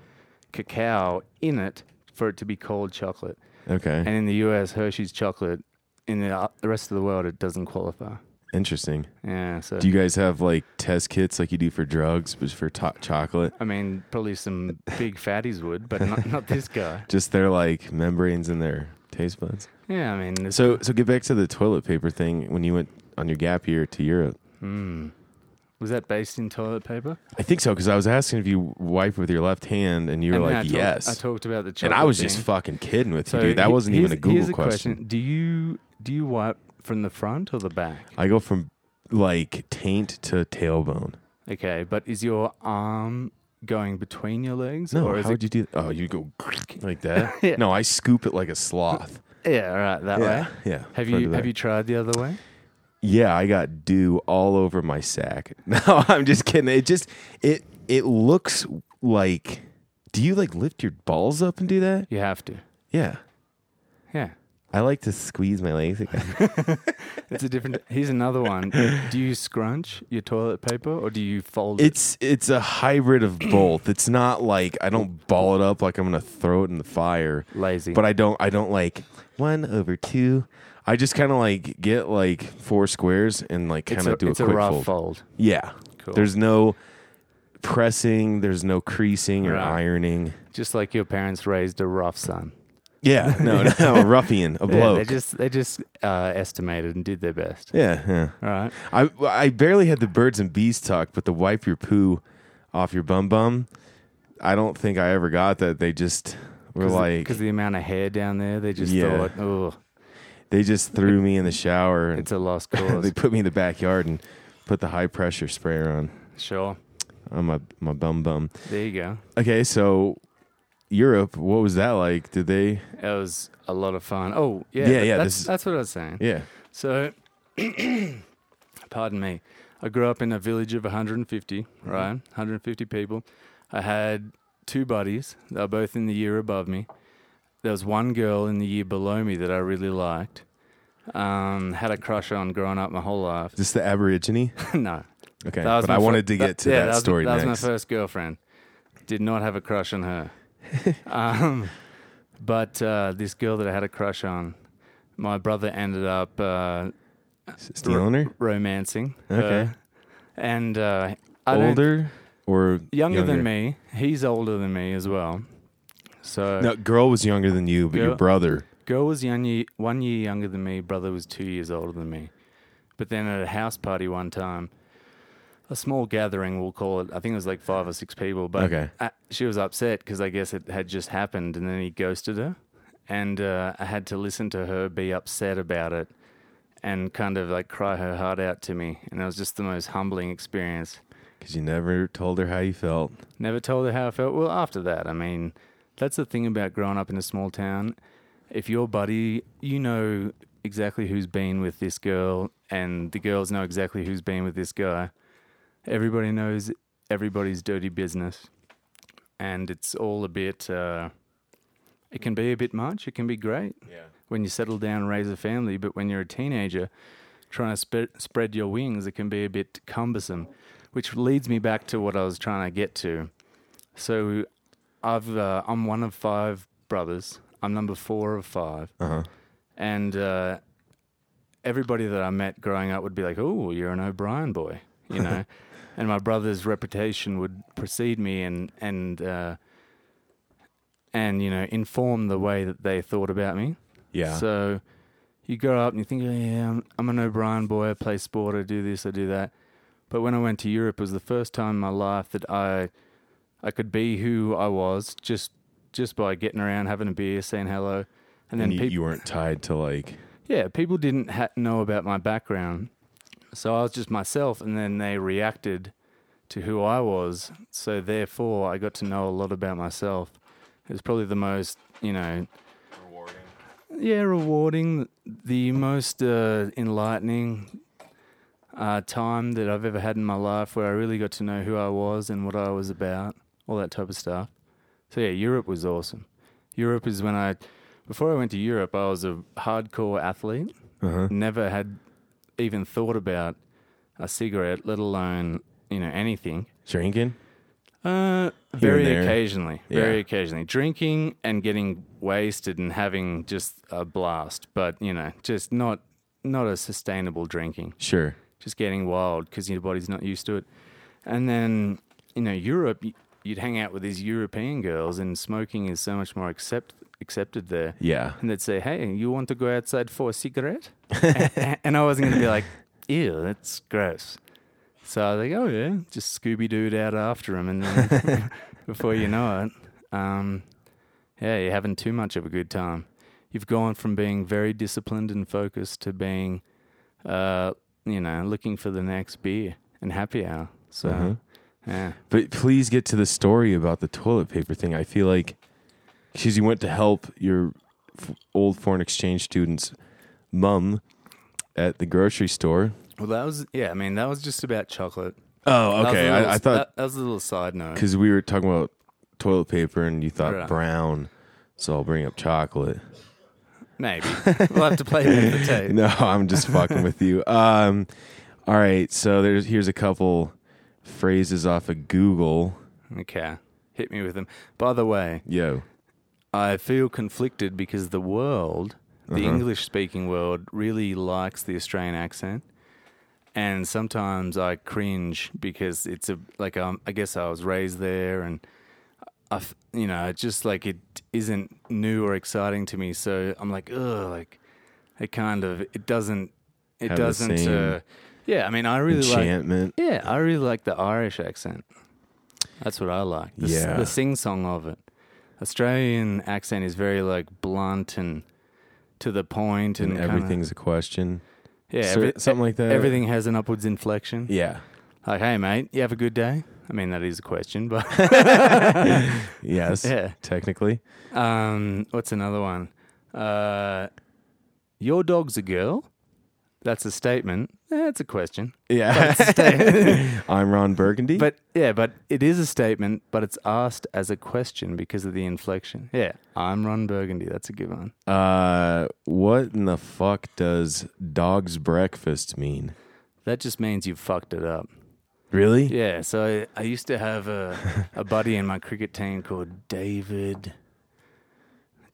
C: cacao in it for it to be called chocolate.
B: Okay.
C: And in the US, Hershey's chocolate in the, uh, the rest of the world it doesn't qualify.
B: Interesting.
C: Yeah, so
B: Do you guys have like test kits like you do for drugs, but for to- chocolate?
C: I mean, probably some big fatties would, but not, not this guy.
B: Just their like membranes in their taste buds.
C: Yeah, I mean, it's-
B: So so get back to the toilet paper thing when you went on your gap year to Europe.
C: hmm. was that based in toilet paper?
B: I think so because I was asking if you wipe with your left hand, and you were
C: And
B: like,
C: I talked-
B: "Yes."
C: I talked about the chocolate.
B: and I was
C: thing.
B: just fucking kidding with
C: So
B: you, dude. That
C: he-
B: wasn't even
C: here's-
B: a Google
C: here's
B: question.
C: Do you do you wipe from the front or the back?
B: I go from like taint to tailbone.
C: Okay, but is your arm going between your legs?
B: No,
C: or is
B: how
C: it,
B: would you do? Oh, you go like that.
C: Yeah. Oh,
B: No, I scoop it like a sloth.
C: yeah, all right, that way.
B: yeah. front
C: Have you
B: to back.
C: have you tried the other way?
B: Yeah, I got dew all over my sack. No, I'm just kidding. It just it it looks like. Do you like lift your balls up and do that?
C: You have to.
B: Yeah.
C: Yeah.
B: I like to squeeze my legs.
C: It's a different. Here's another one. Do you scrunch your toilet paper or do you fold it?
B: It's it's a hybrid of both. It's not like I don't ball it up like I'm gonna throw it in the fire.
C: Lazy.
B: But I don't I don't like one over two. I just kind of like get like four squares and like
C: It's
B: kind of do
C: it's
B: a quick
C: rough
B: fold.
C: fold.
B: Yeah.
C: Cool.
B: There's no pressing. There's no creasing or
C: Right.
B: ironing.
C: Just like your parents raised a rough son.
B: Yeah. No. No. a ruffian. A
C: Yeah,
B: bloke.
C: they just they just uh, estimated and did their best.
B: yeah. Yeah.
C: All right.
B: I I barely had the birds and bees talk, but the wipe your poo off your bum bum. I don't think I ever got that. They just were like
C: because the amount of hair down there, they just
B: Yeah.
C: thought, oh,
B: they just threw me in the shower and
C: it's a lost
B: they
C: cause.
B: put me in the backyard and put the high pressure sprayer on
C: sure.
B: on Oh, my my bum bum.
C: There you go.
B: Okay, so Europe, what was that like? Did they?
C: It was a lot of fun. Oh yeah,
B: Yeah,
C: but
B: yeah,
C: That's,
B: this is-
C: that's what I was saying.
B: Yeah.
C: So, pardon me. I grew up in a village of 150,
B: Mm-hmm.
C: right? 150 people. I had two buddies. They were both in the year above me. There was one girl in the year below me that I really liked. Um, had a crush on growing up my whole life.
B: Just the Aborigine.
C: no,
B: Okay,
C: That was
B: but
C: my
B: I
C: fir-
B: wanted to get to
C: yeah,
B: that,
C: was-
B: story
C: That
B: next.
C: was my first girlfriend. Did not have a crush on her. um, but uh, this girl that I had a crush on, my brother ended up uh,
B: Stealing her,
C: romancing.
B: Okay.
C: her. And uh, I don't-
B: older or
C: younger,
B: younger?
C: than me. He's older than me as well. So
B: No, girl was younger than you, but your
C: Girl-
B: brother.
C: girl was young, ye- one year younger than me. Brother was two years older than me. But then at a house party one time, a small gathering, we'll call it. I think it was like five or six people. But
B: Okay.
C: I, she was upset because I guess it had just happened, and then he ghosted her, and uh, I had to listen to her be upset about it, and kind of like cry her heart out to me, and it was just the most humbling experience.
B: Because you never told her how you felt.
C: Never told her how I felt. Well, after that, I mean, that's the thing about growing up in a small town. If your buddy, you know exactly who's been with this girl, and the girls know exactly who's been with this guy. Everybody knows everybody's dirty business, and it's all a bit. Uh, it can be a bit much. It can be great
B: Yeah.
C: when you settle down and raise a family, but when you're a teenager trying to spe- spread your wings, it can be a bit cumbersome, which leads me back to what I was trying to get to. So I've uh, I'm one of five brothers. I'm number four of five,
B: Uh huh.
C: and uh, everybody that I met growing up would be like, "Oh, you're an O'Brien boy," you know. and my brother's reputation would precede me, and and uh, and you know inform the way that they thought about me.
B: Yeah.
C: So you grow up and you think, oh, yeah, I'm, I'm an O'Brien boy. I play sport. I do this. I do that. But when I went to Europe, it was the first time in my life that I I could be who I was just just by getting around, having a beer, saying hello, and then
B: and you,
C: peop-
B: you weren't tied to like
C: yeah, people didn't ha- know about my background, so I was just myself, and then they reacted to who I was. So therefore, I got to know a lot about myself. It was probably the most, you know, rewarding. Yeah, rewarding, the most uh, enlightening uh, time that I've ever had in my life, where I really got to know who I was and what I was about, all that type of stuff. So yeah, Europe was awesome. Europe is when I, before I went to Europe, I was a hardcore athlete.
B: Uh-huh.
C: Never had even thought about a cigarette, let alone you know anything.
B: drinking. Here
C: Uh,
B: and
C: very
B: there.
C: occasionally, very
B: Yeah.
C: occasionally, drinking and getting wasted and having just a blast, but you know, just not not a sustainable drinking
B: Sure.
C: just getting wild because your body's not used to it. And then, you know, Europe, y- you'd hang out with these European girls, and smoking is so much more accept, accepted there.
B: Yeah.
C: And they'd say, "Hey, you want to go outside for a cigarette?" A- and I wasn't going to be like, "Ew, that's gross." So I was like, "Oh yeah," just Scooby Dooed out after him, and then before you know it, um, yeah, you're having too much of a good time. You've gone from being very disciplined and focused to being, uh, you know, looking for the next beer and happy hour. So,
B: Uh-huh.
C: yeah,
B: But please get to the story about the toilet paper thing. I feel like because you went to help your f- old foreign exchange student's mum at the grocery store.
C: well, that was yeah. I mean, that was just about chocolate.
B: Oh,
C: That was a
B: okay.
C: little-
B: I, I thought
C: that, that was a little side note.
B: because we were talking about toilet paper and you thought
C: Right.
B: brown, so I'll bring up chocolate.
C: Maybe. we'll have to play back the tape.
B: No, I'm just fucking with you. Um, all right, so there's here's a couple phrases off of Google.
C: Okay. Hit me with them. By the way,
B: Yo,
C: I feel conflicted because the world, the
B: Uh-huh.
C: English speaking world, really likes the Australian accent. And sometimes I cringe because it's a, like, um, I guess I was raised there and I, f- you know, it's just like it isn't new or exciting to me. So I'm like, ugh, like it kind of, it doesn't, it
B: Have the
C: doesn't,
B: same
C: uh, yeah. I mean, I really like,
B: enchantment.
C: yeah, I really like the Irish accent. That's what I like. The,
B: Yeah.
C: the sing song of it. Australian accent is very like blunt and to the point and,
B: and
C: kinda-
B: everything's a question.
C: yeah,
B: cer- something like that.
C: Everything has an upwards inflection.
B: Yeah,
C: Like, hey mate, you have a good day. I mean, that is a question, but
B: yes,
C: Yeah.
B: technically.
C: um, what's another one? Uh, your dog's a girl. That's a statement. Eh, That's a question.
B: Yeah, I'm Ron Burgundy.
C: But yeah, but it is a statement, but it's asked as a question because of the inflection. Yeah, I'm Ron Burgundy. That's a good one.
B: uh, what in the fuck does dog's breakfast mean?
C: That just means you fucked it up.
B: Really?
C: Yeah, so I, I used to have a, a buddy in my cricket team called David.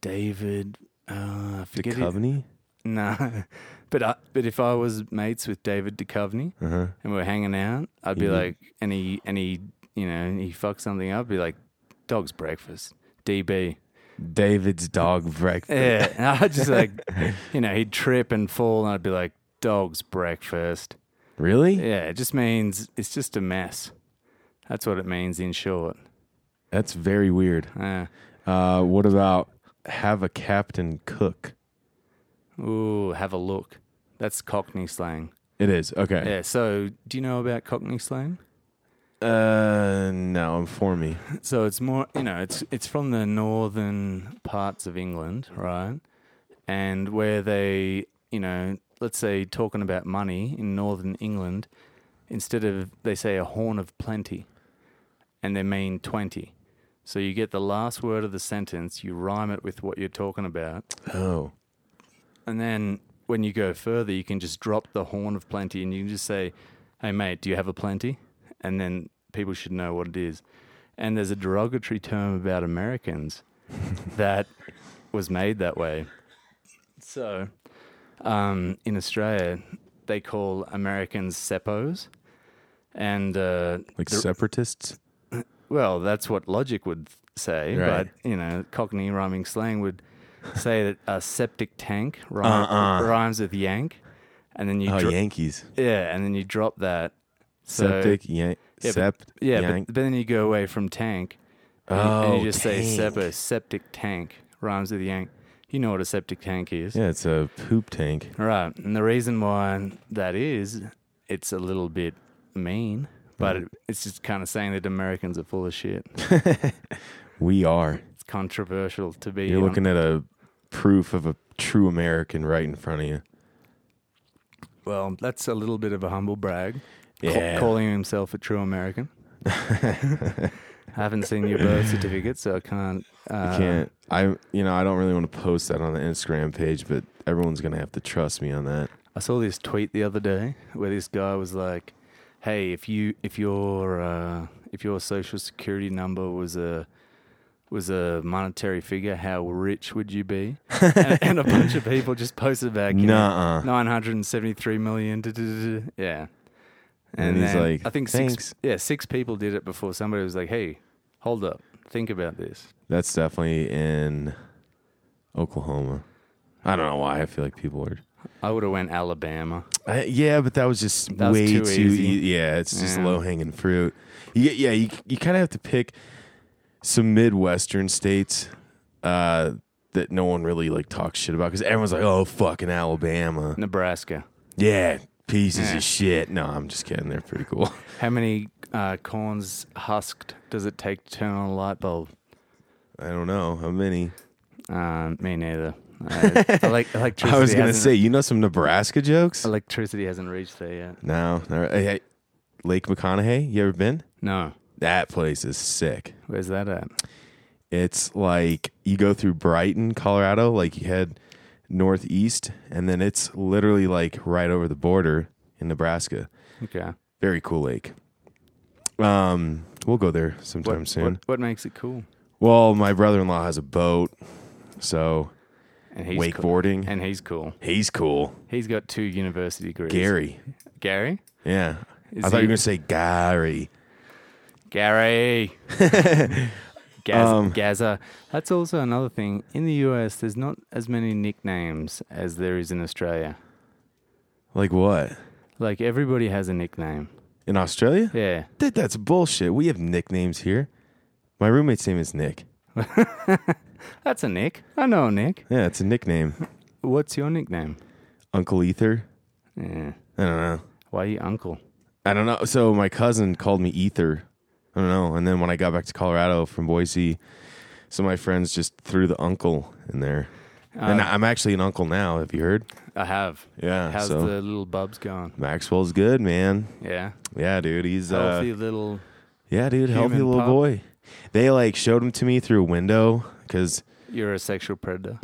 C: David. Uh, I forget his-
B: Duchovny?
C: No, but I, but if I was mates with David Duchovny
B: Uh-huh.
C: and we were hanging out, I'd be
B: Yeah.
C: like, and he and he, you know, he fucked something up. I'd be like, dog's breakfast, DB.
B: David's dog breakfast.
C: Yeah, and I'd just like, you know, he'd trip and fall, and I'd be like, dog's breakfast.
B: Really?
C: Yeah, it just means it's just a mess. That's what it means in short.
B: That's very weird.
C: Uh,
B: Uh, what about have a captain cook?
C: ooh, have a look. That's Cockney slang.
B: It is okay.
C: Yeah, so do you know about Cockney slang?
B: Uh, no, inform me.
C: So it's more, you know, it's it's from the northern parts of England, right? And where they, you know, let's say talking about money in northern England, instead of they say a horn of plenty, and they mean twenty. So you get the last word of the sentence, you rhyme it with what you're talking about,
B: Oh,
C: and then when you go further, you can just drop the horn of plenty and you can just say, Hey, mate, do you have a plenty? And then people should know what it is. And there's a derogatory term about Americans that was made that way. So um, in Australia, they call Americans seppos. And uh,
B: like
C: the-
B: separatists?
C: well, that's what logic would say,
B: Right.
C: but you know, Cockney rhyming slang would say that a septic tank rhyme,
B: Uh-uh.
C: rhymes with yank, and then you
B: Oh,
C: dro-
B: Yankees.
C: yeah, and then you drop that so,
B: Septic, yank,
C: Yeah,
B: sept,
C: but, yeah,
B: yank.
C: but, but then you go away from tank, and, you- and
B: Oh,
C: you just say
B: tank.
C: seppo, septic tank rhymes with yank. You know what a septic tank is,
B: yeah, it's a poop tank.
C: right? And the reason why that is, it's a little bit mean. But
B: Mm-hmm.
C: it, it's just kind of saying that Americans are full of shit.
B: We are.
C: It's controversial to be.
B: You're
C: on-
B: looking at a proof of a true American right in front of you.
C: Well, that's a little bit of a humble brag. ca-
B: Yeah.
C: calling himself a true American. I haven't seen your birth certificate, so I can't. Uh,
B: I can't. I you know I don't really want to post that on the Instagram page, but everyone's gonna have to trust me on that.
C: I saw this tweet the other day where this guy was like, "Hey, if you if your uh, if your social security number was a was a monetary figure, how rich would you be?" and, and a bunch of people just posted back, you know,
B: Nuh-uh.
C: nine hundred and seventy three million. duh, duh, duh, duh. Yeah.
B: And he's
C: then
B: like,
C: I think
B: "Thanks."
C: six, yeah, six people did it before somebody was like, "Hey, hold up, think about this."
B: That's definitely in Oklahoma. I don't know why I feel like people are.
C: I would have went Alabama.
B: I, yeah, but that was just
C: That was
B: way
C: too
B: too.
C: easy.
B: ea- yeah, it's just
C: Yeah.
B: low hanging fruit. You, yeah, you you kind of have to pick some midwestern states uh, that no one really like talks shit about because everyone's like, oh fucking Alabama.
C: Nebraska.
B: Yeah, pieces
C: Yeah.
B: of shit. No, I'm just kidding. They're pretty cool.
C: How many uh, corns husked does it take to turn on a light bulb?
B: I don't know how many.
C: Um, me neither. Uh, elec- electricity
B: I was gonna
C: hasn't-
B: say, you know some Nebraska jokes?
C: electricity hasn't reached there yet.
B: No, no. Hey, hey, Lake McConaughey. You ever been?
C: No,
B: That place is sick.
C: where's that at?
B: It's like you go through Brighton, Colorado, like you head northeast, and then it's literally like right over the border in Nebraska.
C: Okay.
B: Very cool lake. Um, we'll go there sometime
C: What,
B: soon.
C: what, what makes it cool?
B: Well, my brother-in-law has a boat, so
C: And he's
B: wakeboarding.
C: Cool. And he's cool.
B: He's cool,
C: He's got two university degrees.
B: Gary.
C: Gary?
B: Yeah,
C: Is
B: I thought
C: he-
B: you were gonna say Gary.
C: Gary. Gaza, Gaza. That's also another thing. In the US, there's not as many nicknames as there is in Australia.
B: Like what?
C: Like everybody has a nickname.
B: In Australia?
C: Yeah.
B: Dude, that's bullshit. We have nicknames here. My roommate's name is Nick.
C: That's a Nick. I know a Nick.
B: Yeah, it's a nickname.
C: What's your nickname?
B: Uncle Ether.
C: Yeah.
B: I don't know.
C: Why you uncle?
B: I don't know. So my cousin called me Ether. I don't know. And then when I got back to Colorado from Boise, some of my friends just threw the uncle in there.
C: Uh,
B: and I'm actually an uncle now. Have you heard?
C: I have.
B: Yeah,
C: How's
B: so-
C: the little bubs going?
B: Maxwell's good, man.
C: Yeah.
B: Yeah, dude. He's uh,
C: Healthy little.
B: yeah, dude. Healthy
C: human
B: little
C: pup.
B: boy. They like showed him to me through a window because
C: You're a sexual predator.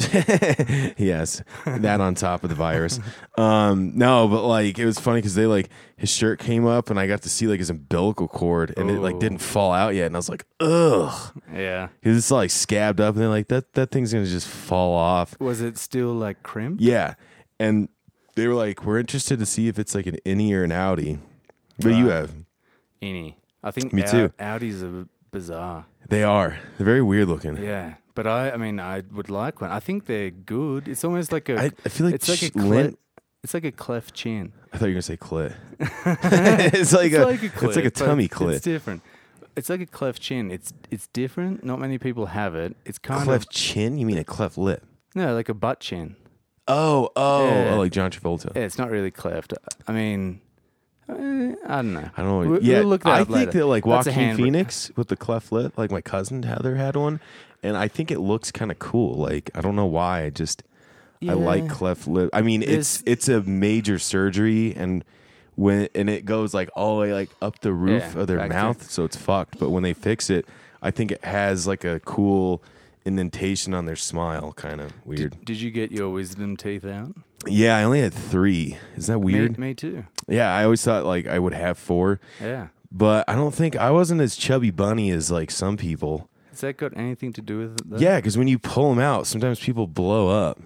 B: yes, that on top of the virus. Um, no, but like it was funny because they like his shirt came up and I got to see like his umbilical cord and it like
C: Ooh.
B: didn't fall out yet, and I was like, ugh,
C: yeah.
B: because it's like scabbed up, and they're like that that thing's gonna just fall off.
C: Was it still like crimp?
B: Yeah, and they were like, we're interested to see if it's like an innie or an outie, but you have.
C: Any. I think
B: Me
C: Au-
B: too.
C: Audis are bizarre.
B: They are. They're very weird looking.
C: Yeah, but I, I mean, I would like one. I think they're good. It's almost like a.
B: I- I feel like
C: it's like a
B: ch- lint-
C: cleft. It's like a cleft chin.
B: I thought you were gonna say clit. it's like
C: It's
B: a,
C: like a clit,
B: it's like a
C: but
B: tummy
C: It's
B: clit.
C: different. It's like a cleft chin. It's it's different. Not many people have it. It's kind
B: Cleft
C: of
B: chin? You mean a cleft lip?
C: no, like a butt chin.
B: Oh, oh,
C: Yeah.
B: oh, like John Travolta.
C: Yeah, it's not really cleft. I mean, eh, I don't know.
B: I don't know.
C: We'll,
B: yeah,
C: we'll look that
B: I
C: up
B: think
C: later.
B: that like
C: That's a
B: Joaquin
C: hand-
B: Phoenix with the cleft lip, like my cousin Heather had one, and I think it looks kind of cool. Like I don't know why, I just I like
C: Yeah.
B: cleft lip. I mean, it's it's a major surgery, and when and it goes like all the way like up the roof
C: Yeah,
B: of their
C: back
B: mouth, so it's fucked. But when they fix it, I think it has like a cool indentation on their smile, kind of weird.
C: Did you get your wisdom teeth out?
B: yeah, I only had three. Is that
C: Me,
B: weird?
C: me too.
B: Yeah, I always thought like I would have four.
C: Yeah.
B: but I don't think I wasn't as chubby bunny as like some people.
C: Has that got anything to do with it? Though?
B: Yeah, because when you pull them out, sometimes people blow up.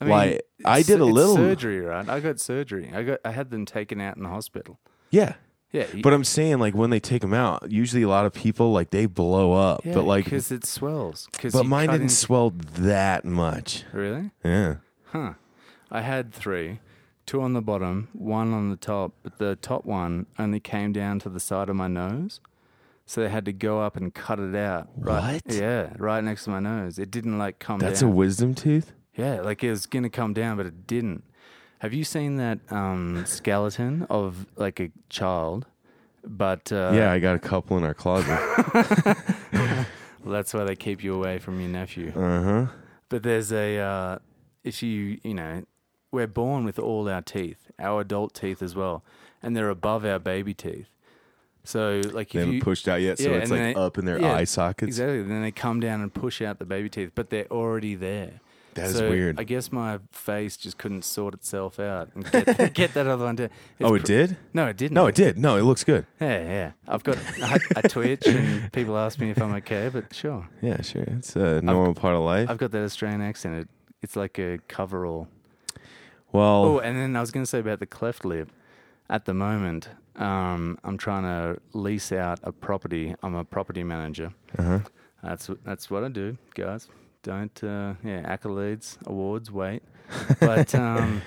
B: like, I
C: it's-
B: did a
C: it's
B: little-
C: surgery, right? I got surgery. I got I had them taken out in the hospital.
B: Yeah,
C: Yeah, you-
B: but uh, I'm saying like when they take them out, usually a lot of people like they blow up.
C: yeah,
B: but like,
C: because it swells. 'cause
B: but
C: you
B: mine
C: cut
B: didn't
C: in-
B: swell that much.
C: really?
B: Yeah,
C: Huh? I had three, two on the bottom, one on the top. But the top one only came down to the side of my nose, so they had to go up and cut it out. Right,
B: What?
C: Yeah, right next to my nose. It didn't like come.
B: that's
C: down.
B: a wisdom tooth.
C: Yeah, like it was gonna come down, but it didn't. Have you seen that um, skeleton of like a child? But uh,
B: yeah, I got a couple in our closet.
C: well, that's why they keep you away from your nephew.
B: uh huh.
C: But there's a uh, if you you know we're born with all our teeth, our adult teeth as well, and they're above our baby teeth. So like
B: They
C: if
B: haven't
C: you,
B: pushed out yet, so
C: Yeah,
B: it's
C: and
B: like
C: they-
B: up in their
C: yeah,
B: eye sockets.
C: Exactly. Then they come down and push out the baby teeth, but they're already there.
B: That is
C: So
B: weird.
C: I guess my face just couldn't sort itself out and get, get that other one down. It's
B: Oh, it
C: pr-
B: did.
C: No, it didn't.
B: No, it did. No, it looks good.
C: Yeah, yeah. I've got I, I twitch and people ask me if I'm okay, but sure.
B: Yeah, sure. It's a normal part of life.
C: I've got that Australian accent. It, it's like a coverall.
B: well,
C: Oh, and then I was going to say about the cleft lip. At the moment, um, I'm trying to lease out a property. I'm a property manager.
B: uh-huh.
C: That's wh- that's what I do, guys. Don't uh, yeah accolades, awards, wait. But um,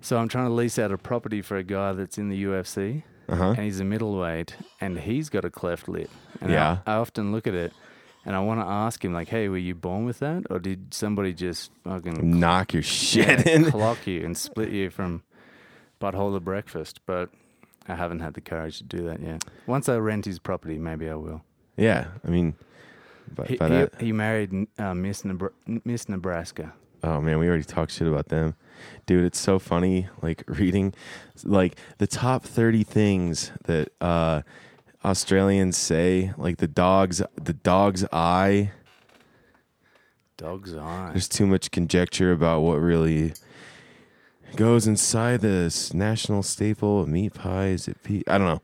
C: so I'm trying to lease out a property for a guy that's in the UFC,
B: Uh-huh.
C: and he's a middleweight, and he's got a cleft lip. And I-
B: Yeah.
C: I, often look at it, and I want to ask him like, "Hey, were you born with that, or did somebody just fucking
B: knock your shit in.
C: clock you and split you from butthole to breakfast?" But I haven't had the courage to do that yet. Once I rent his property, maybe I will.
B: Yeah, I mean, by,
C: He,
B: by
C: he-
B: that.
C: he married uh, Miss, Nebra- Miss Nebraska.
B: oh man, we already talked shit about them, dude. It's so funny, like reading, like the top thirty things that uh, Australians say, like the dog's the dog's eye.
C: Dog's eye.
B: There's too much conjecture about what really goes inside this national staple meat pie. Is it pea? I don't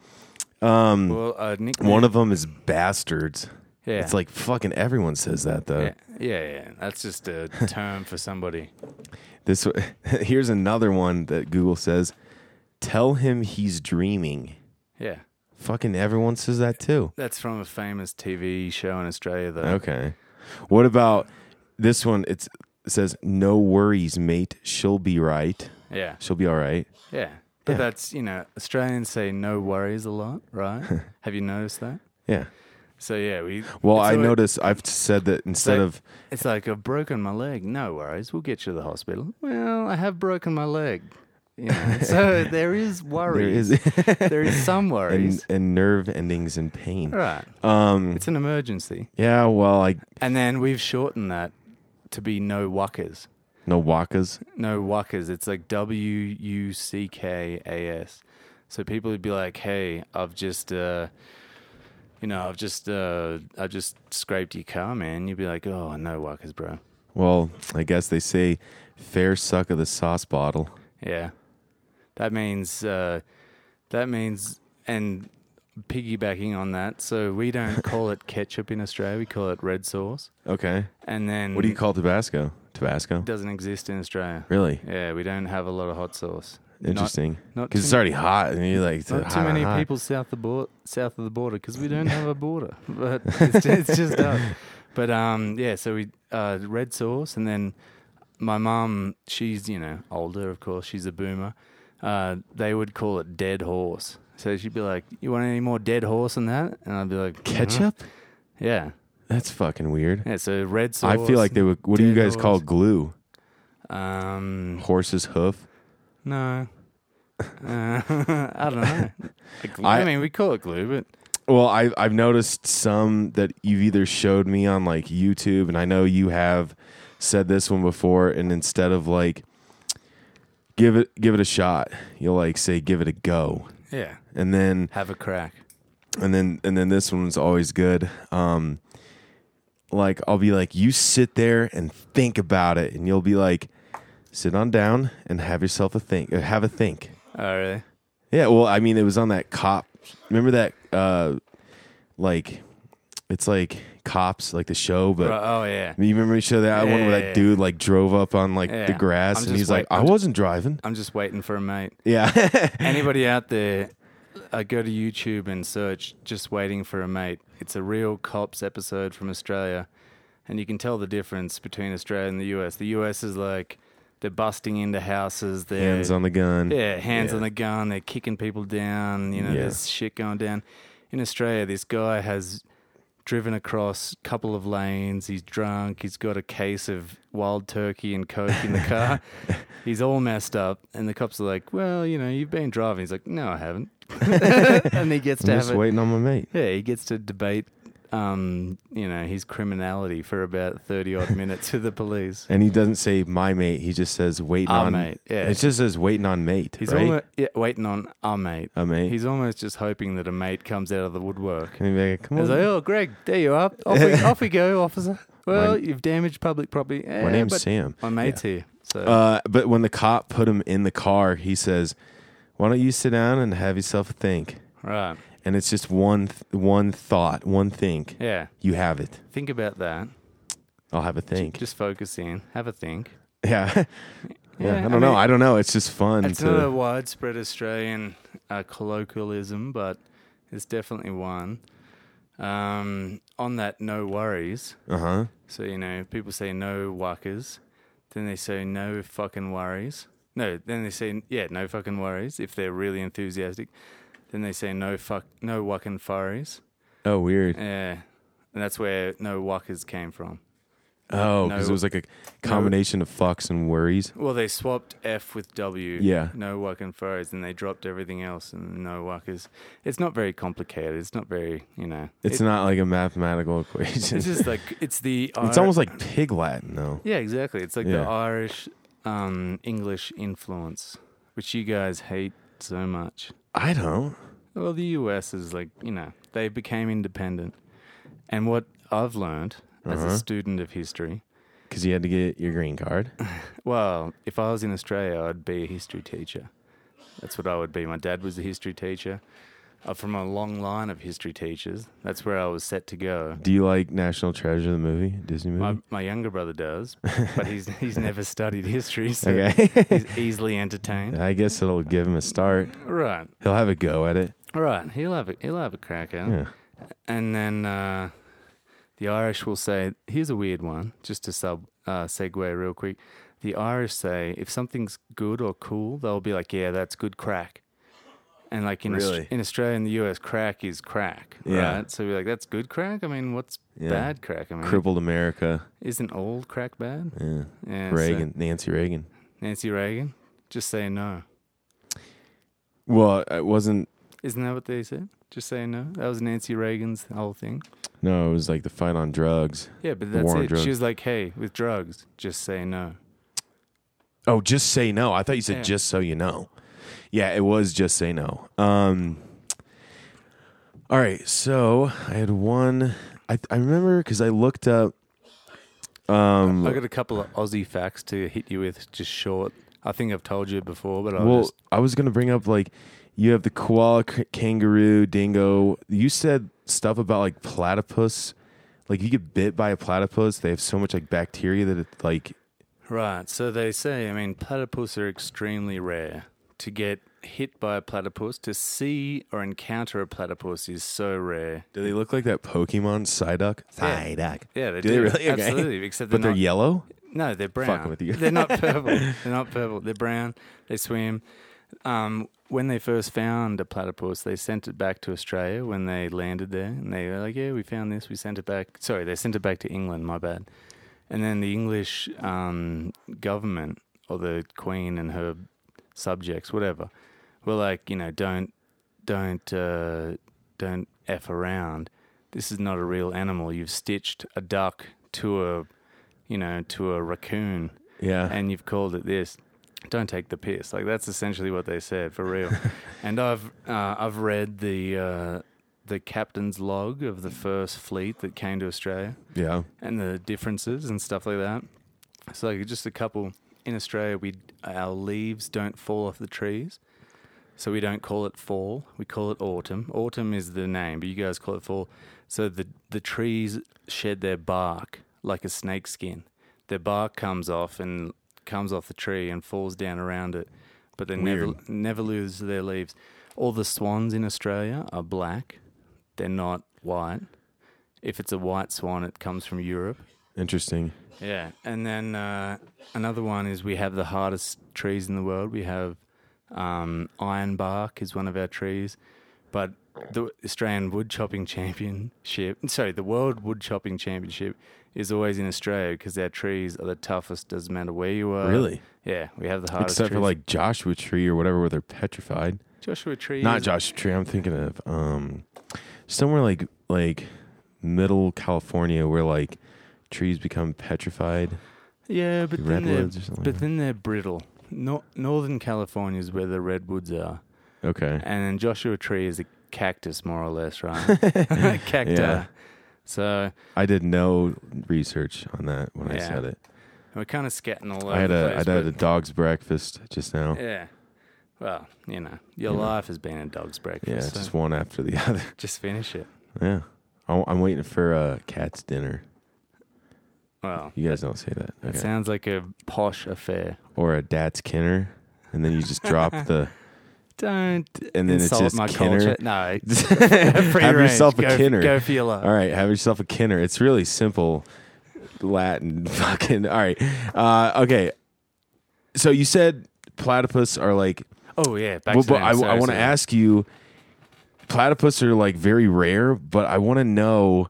B: know. Um,
C: Well, uh, Nick.
B: one of them is bastards.
C: yeah,
B: It's like fucking everyone says that though.
C: yeah, yeah, yeah. That's just a term for somebody.
B: This here's another one that Google says, "Tell him he's dreaming."
C: Yeah,
B: Fucking everyone says that too.
C: that's from a famous TV show in Australia, though.
B: Okay. What about this one? It's, it says, "No worries, mate. She'll be right.
C: Yeah,
B: She'll be all right."
C: yeah. But
B: Yeah.
C: that's you know Australians say no worries a lot, right? Have you noticed that?
B: Yeah.
C: So yeah, we.
B: Well,
C: it's
B: I
C: alwa-
B: noticed I've said that instead
C: They-
B: of
C: It's like I've broken my leg. No worries, we'll get you to the hospital. Well, I have broken my leg. You know, so there is
B: there
C: worries.
B: is
C: there is some
B: and,
C: worries. Ah.
B: and nerve endings and pain.
C: right.
B: Um.
C: It's an emergency.
B: Yeah. Well, I
C: And then we've shortened that to be no wuckers.
B: no wakas.
C: No wuckers. It's like W U C K A S. So people would be like, "Hey, I've just, uh, you know, I've just, uh, I just scraped your car, man." You'd be like, "Oh, no wuckers, bro."
B: Well, I guess they say fair suck of the sauce bottle.
C: Yeah, that means, uh, that means, and piggybacking on that, so we don't call it ketchup in Australia. We call it red sauce.
B: Okay.
C: And then
B: What do you call Tabasco? Tabasco?
C: doesn't exist in Australia.
B: Really?
C: Yeah, we don't have a lot of hot sauce. Not-
B: Interesting.
C: not
B: Because it's
C: too-
B: already hot, and you're like,
C: Not, too
B: hot,
C: many
B: hot.
C: people south the bor- south of the border because we don't have a border, but it's just, it's just us. But um, yeah, so we uh, red sauce, and then my mum, she's you know older, of course, she's a boomer. Uh, they would call it dead horse. So she'd be like, "You want any more dead horse than that?" And I'd be like,
B: Ketchup?
C: "Huh?" Yeah,
B: That's fucking weird.
C: yeah. So red sauce.
B: I feel like they would. What do you
C: dead
B: guys call
C: horse.
B: glue?
C: Um,
B: Horse's hoof.
C: No. Uh, I don't know. I,
B: I-
C: mean, we call it glue, but
B: Well, I I've noticed some that you've either showed me on like YouTube, and I know you have said this one before. And instead of like give it give it a shot, you'll like say give it a go,
C: yeah,
B: and then
C: have a crack.
B: and then and then this one's always good. Um, like I'll be like, you sit there and think about it, and you'll be like, sit on down and have yourself a think, uh, have a think.
C: Oh, really?
B: Yeah, well, I mean, it was on that cop. Remember that? Uh, like, it's like cops, like the show, but.
C: Right, oh, yeah.
B: You remember the show that one where
C: Yeah.
B: that dude like drove up on like the
C: Yeah.
B: grass
C: I'm
B: and
C: just
B: he's
C: wait-
B: like, I
C: I'm ju-
B: wasn't driving.
C: I'm just waiting for a mate.
B: Yeah.
C: Anybody out there, uh, go to YouTube and search Just Waiting for a Mate. It's a real cops episode from Australia. And you can tell the difference between Australia and the US. The US is like they're busting into houses, they're
B: Hands on the gun.
C: Yeah, hands
B: Yeah.
C: on the gun. They're kicking people down. You know,
B: Yeah.
C: there's shit going down. In Australia, this guy has driven across a couple of lanes. He's drunk. He's got a case of wild turkey and coke in the car. he's all messed up, and the cops are like, "Well, you know, you've been driving." He's like, "No, I haven't." and he gets
B: I'm
C: to
B: just
C: have a,
B: waiting on my mate.
C: yeah, he gets to debate. Um, you know his criminality for about thirty odd minutes with the police.
B: And he doesn't say my mate. He just says waiting
C: Our
B: on
C: Ah, mate, yeah.
B: It just says waiting on mate.
C: He's
B: right?
C: almo- yeah, waiting on our mate.
B: a mate.
C: He's almost just hoping that a mate comes out of the woodwork.
B: and he'd be like, come
C: He's like,
B: on.
C: oh, Greg, there you are. Off we, off we go, officer. Well,
B: My-
C: you've damaged public property.
B: My
C: Eh,
B: name's
C: but
B: Sam.
C: My mate's here. So,
B: Uh, but when the cop put him in the car, he says, "Why don't you sit down and have yourself a think?"
C: right.
B: And it's just one th- one thought, one think.
C: Yeah.
B: You have it.
C: Think about that.
B: I'll have a think.
C: Just focus in. Have a think.
B: yeah. yeah. I
C: Yeah,
B: don't
C: I
B: know.
C: mean-
B: I don't know. It's just fun.
C: It's
B: to-
C: not a widespread Australian uh, colloquialism, but it's definitely one. Um, on that, no worries.
B: uh huh.
C: So, you know, people say no wuckers. Then they say no fucking worries. No, then they say, yeah, no fucking worries if they're really enthusiastic. Then they say no fuck, no wucking furries.
B: Oh, weird.
C: Yeah. And that's where no wuckers came from.
B: Oh, because
C: No-
B: it was like a combination of fucks and worries.
C: Well, they swapped F with W.
B: Yeah.
C: No wucking furries. And they dropped everything else and no wuckers. It's not very complicated. It's not very, you know.
B: It's
C: it-
B: not like a mathematical equation.
C: It's
B: It's,
C: just like, it's the.
B: almost like pig Latin, though.
C: Yeah, exactly. It's like
B: Yeah.
C: the Irish um, English influence, which you guys hate so much.
B: I don't.
C: Well, the US is like, you know, they became independent. And what I've learned as
B: Uh-huh.
C: a student of history
B: Because you had to get your green card.
C: Well, if I was in Australia, I'd be a history teacher. That's what I would be. My dad was a history teacher. I'm from a long line of history teachers. That's where I was set to go.
B: Do you like National Treasure, the movie, Disney
C: My,
B: movie?
C: my younger brother does, but he's he's never studied history, so
B: okay.
C: he's easily entertained.
B: I guess it'll give him a start.
C: Right,
B: He'll have a go at it.
C: right. He'll have a, he'll have a crack at it.
B: Yeah.
C: And then uh, the Irish will say, here's a weird one, just to sub uh, segue real quick. The Irish say, if something's good or cool, they'll be like, yeah, that's good crack. And like in, Aus-
B: Really?
C: in Australia and the US, crack is crack,
B: Yeah.
C: right? So we're like, that's good crack? I mean, what's
B: Yeah.
C: bad crack? I mean,
B: Crippled America.
C: isn't all crack bad?
B: Yeah.
C: Yeah, so
B: Reagan, Nancy Reagan.
C: Nancy Reagan, just say no.
B: Well, it wasn't.
C: Isn't that what they said? Just say no. That was Nancy Reagan's whole thing.
B: No, it was like the fight on drugs.
C: Yeah, but
B: The
C: that's
B: war on
C: it.
B: drugs.
C: She was like, hey, with drugs, just say no.
B: Oh, just say no. I thought you said
C: Yeah.
B: just so you know. Yeah, it was just say no. Um. All right, so I had one. I I remember because I looked up. Um.
C: I got a couple of Aussie facts to hit you with, just short. I think I've told you before, but I'll
B: well,
C: just
B: I was gonna bring up like you have the koala, k- kangaroo, dingo. You said stuff about like platypus. Like you get bit by a platypus, they have so much like bacteria that it like
C: right. So they say, I mean, platypus are extremely rare. To get hit by a platypus, to see or encounter a platypus is so rare.
B: Do they look like that Pokemon Psyduck?
C: Yeah.
B: Psyduck.
C: Yeah, they
B: do.
C: do.
B: They really? Okay.
C: Absolutely, except
B: But
C: they're
B: they're
C: not-
B: yellow.
C: No, they're brown.
B: with you.
C: They're not purple. they're not purple. They're brown. They swim. Um, when they first found a platypus, they sent it back to Australia when they landed there, and they were like, "Yeah, we found this. We sent it back." Sorry, they sent it back to England. My bad. And then the English um, government or the Queen and her subjects, whatever, were like, you know, don't, don't, uh, don't f around. This is not a real animal. You've stitched a duck to a, you know, to a raccoon,
B: Yeah.
C: and you've called it this. Don't take the piss. Like that's essentially what they said for real. and I've uh, I've read the uh, the captain's log of the first fleet that came to Australia
B: yeah.
C: and the differences and stuff like that. So like just a couple in Australia, we our leaves don't fall off the trees, so we don't call it fall. We call it autumn. Autumn is the name, but you guys call it fall. So the the trees shed their bark like a snake skin. Their bark comes off and comes off the tree and falls down around it, but they never
B: Weird.
C: never lose their leaves. All the swans in Australia are black. They're not white. If it's a white swan, it comes from Europe.
B: Interesting.
C: Yeah, and then uh, another one is we have the hardest trees in the world. We have um, ironbark is one of our trees, but the Australian wood chopping championship, sorry, the World Wood Chopping Championship is always in Australia because our trees are the toughest. Doesn't matter where you are.
B: Really?
C: Yeah, we have the hardest.
B: Except for
C: Uh, trees.
B: like Joshua Tree or whatever, where they're petrified.
C: Joshua Tree.
B: Not
C: is-
B: Joshua Tree. I'm thinking of um, somewhere like like middle California where like trees become petrified.
C: Yeah, but then they're,
B: Redwoods or something.
C: but then they're brittle. Nor- Northern California is where the redwoods are.
B: Okay.
C: And then Joshua Tree is a cactus, more or less, right? Cacti.
B: Yeah.
C: So
B: I did no research on that when I
C: Yeah.
B: said it.
C: we're kind of scatting all over
B: I had
C: the
B: a
C: place.
B: I had a
C: but-
B: dog's breakfast just now. Yeah,
C: yeah. Well, you know, your
B: You know.
C: life has been a dog's breakfast. so
B: just one after the other.
C: just finish it.
B: Yeah. I- I'm waiting for uh, cat's dinner.
C: Well,
B: You guys don't say that.
C: it
B: Okay.
C: sounds like a posh affair.
B: or a Dats Kinner, and then you just drop the,
C: Don't
B: and then
C: insult
B: it's just
C: my
B: Kinner.
C: culture. No,
B: Have
C: free
B: yourself a
C: range. go,
B: Kinner.
C: Go for your life.
B: All right, have yourself a Kinner. It's really simple Latin. Fucking all right. Uh, okay, so you said platypus are like.
C: Oh yeah, back
B: Well,
C: to
B: but
C: them.
B: I,
C: Sorry,
B: want to
C: sorry.
B: ask you. Platypus are like very rare, but I want to know.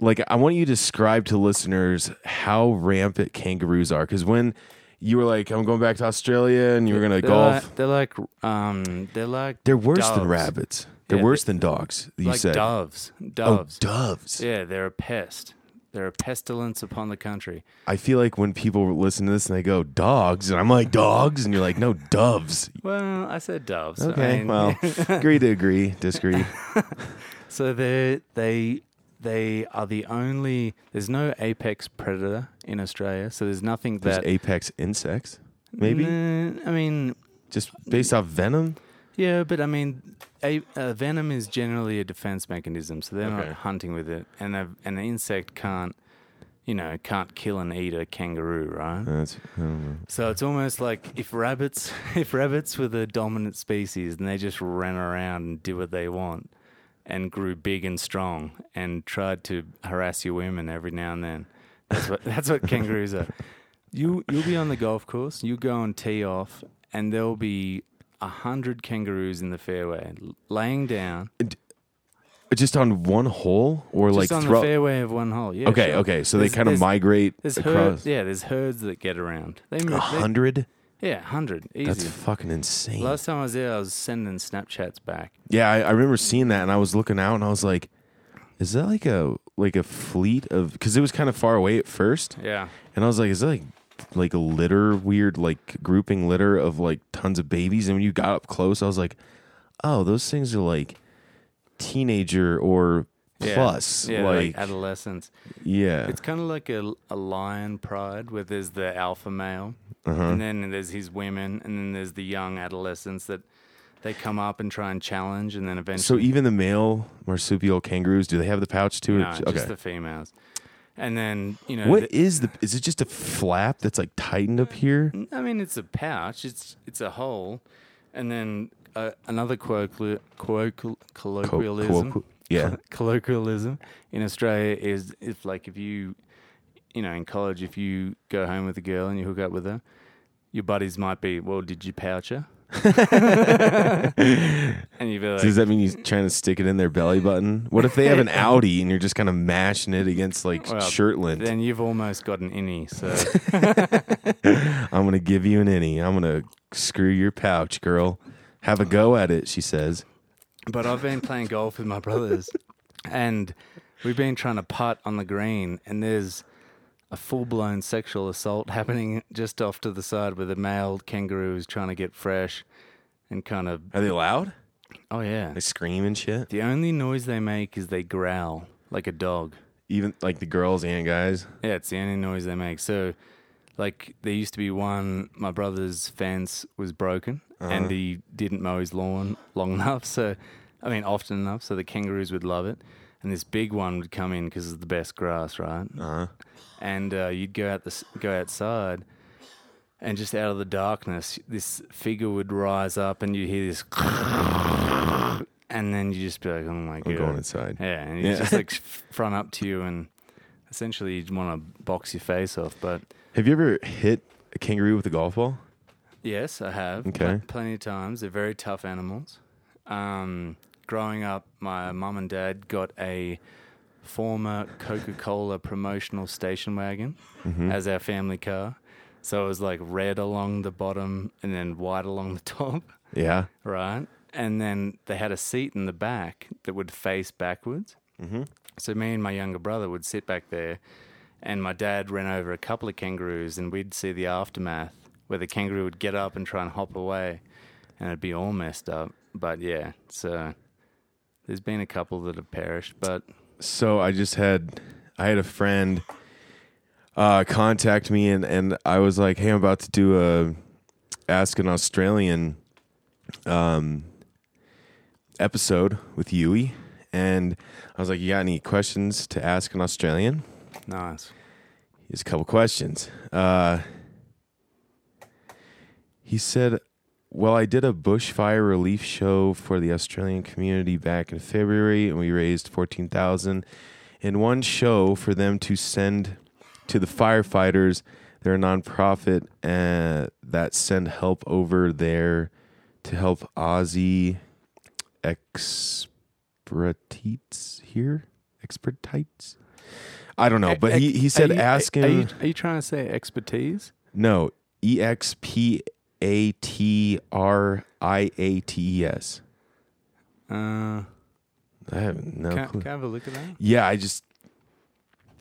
B: Like, I want you to describe to listeners how rampant kangaroos are. Because when you were like, I'm going back to Australia and you were going to
C: They're
B: golf.
C: like, they're like, um, they're like
B: They're worse than
C: doves.
B: rabbits. They're
C: Yeah,
B: worse than dogs. You
C: like
B: said
C: doves,
B: Oh,
C: doves.
B: doves.
C: Yeah, they're a pest. They're a pestilence upon the country.
B: I feel like when people listen to this and they go dogs, and I'm like dogs, and you're like no doves.
C: Well, I said doves. I
B: Okay,
C: mean,
B: well, agree to agree, disagree.
C: so they they they are the only. There's no apex predator in Australia. So there's nothing
B: There's
C: that
B: apex insects, maybe
C: Nah, I mean,
B: just based off venom.
C: yeah, but I mean, a, uh, venom is generally a defense mechanism, so they're
B: Okay.
C: not hunting with it, and a, an insect can't, you know, can't kill and eat a kangaroo, right?
B: That's I don't know.
C: So it's almost like if rabbits, if rabbits were the dominant species and they just ran around and did what they want and grew big and strong and tried to harass your women every now and then. That's what that's what kangaroos are. You you'll be on the golf course, you go and tee off, and there'll be a hundred kangaroos in the fairway l- laying down
B: just on one hole or
C: just
B: like
C: on
B: throw.
C: the fairway of one hole. Yeah,
B: okay,
C: sure.
B: okay. So
C: There's-
B: they kind of
C: there's-
B: migrate
C: There's
B: across
C: herds, yeah. There's herds that get around. They,
B: a
C: move- they
B: hundred.
C: yeah, hundred easy.
B: That's fucking insane.
C: Last time I was there, I was sending Snapchats back.
B: Yeah, I, I remember seeing that, and I was looking out, and I was like, "Is that like a like a fleet of?" Because it was kind of far away at first,
C: Yeah.
B: and I was like, "Is that like like a litter, weird like grouping litter of like tons of babies?" And when you got up close, I was like, "Oh, those things are like teenager or plus,
C: Yeah,
B: like,
C: adolescence.
B: yeah,
C: It's kind of like a, a lion pride where there's the alpha male,
B: Uh-huh.
C: and then there's his women, and then there's the young adolescents that they come up and try and challenge, and then
B: So
C: eventually.
B: even the male marsupial kangaroos, do they have the pouch too?
C: No,
B: okay.
C: just the females. And then, you know.
B: what
C: the-
B: is the? Is it just a flap that's like tightened up here? Oh,
C: I mean, it's a pouch. It's it's a hole, and then uh, another colloquial, colloquial,
B: Co-
C: colloquialism.
B: colloqu- yeah.
C: colloquialism in Australia is if like if you, you know, in college, if you go home with a girl and you hook up with her, your buddies might be, well, did you pouch her? and you'd be like,
B: So does that mean you're trying to stick it in their belly button? What if they have an Audi and you're just kind of mashing it against like
C: Well,
B: shirtland?
C: then you've almost got an innie. So
B: I'm gonna give you an innie. I'm gonna screw your pouch, girl. Have a go at it, she says.
C: but I've been playing golf with my brothers, and we've been trying to putt on the green, and there's a full blown sexual assault happening just off to the side where the male kangaroo is trying to get fresh, and kind of
B: Are they loud?
C: oh yeah.
B: They scream and shit.
C: The only noise they make is they growl like a dog.
B: Even like the girls and guys.
C: Yeah, it's the only noise they make. So, like, there used to be one. My brother's fence was broken,
B: Uh-huh.
C: and he didn't mow his lawn long enough. So, I mean, often enough. So the kangaroos would love it, and this big one would come in because it's the best grass, right?
B: Uh huh.
C: And uh, you'd go out the s- go outside, and just out of the darkness, this figure would rise up, and you would hear this. And then you just be like, "Oh my god!"
B: I'm going inside.
C: Yeah, and he's
B: Yeah.
C: just like front up to you, and essentially you want to box your face off. But
B: Have you ever hit a kangaroo with a golf ball?
C: yes, I have pl-
B: Okay.
C: plenty of times. They're very tough animals. Um, growing up, my mum and dad got a former Coca Cola promotional station wagon
B: Mm-hmm.
C: as our family car, so it was like red along the bottom and then white along the top,
B: Yeah.
C: right? And then they had a seat in the back that would face backwards. So me and my younger brother would sit back there, and my dad ran over a couple of kangaroos, and we'd see the aftermath where the kangaroo would get up and try and hop away, and it'd be all messed up. But yeah, so there's been a couple that have perished, but
B: so I just had I had a friend uh, contact me and and I was like, hey, I'm about to do a ask an Australian um, episode with Yui, and I was like, you got any questions to ask an Australian?
C: nice.
B: Here's a couple questions. Uh, he said, Well, I did a bushfire relief show for the Australian community back in February, and we raised 14000 in one show for them to send to the firefighters. They're a nonprofit uh, that send help over there to help Aussie expertise here. Expertise? I don't know, but he, he said
C: Are you-
B: ask him.
C: Are you, are you trying to say expertise?
B: No, E X P A T R I A T E S.
C: Uh,
B: I have no
C: can,
B: clue.
C: can I have a look at that?
B: Yeah, I just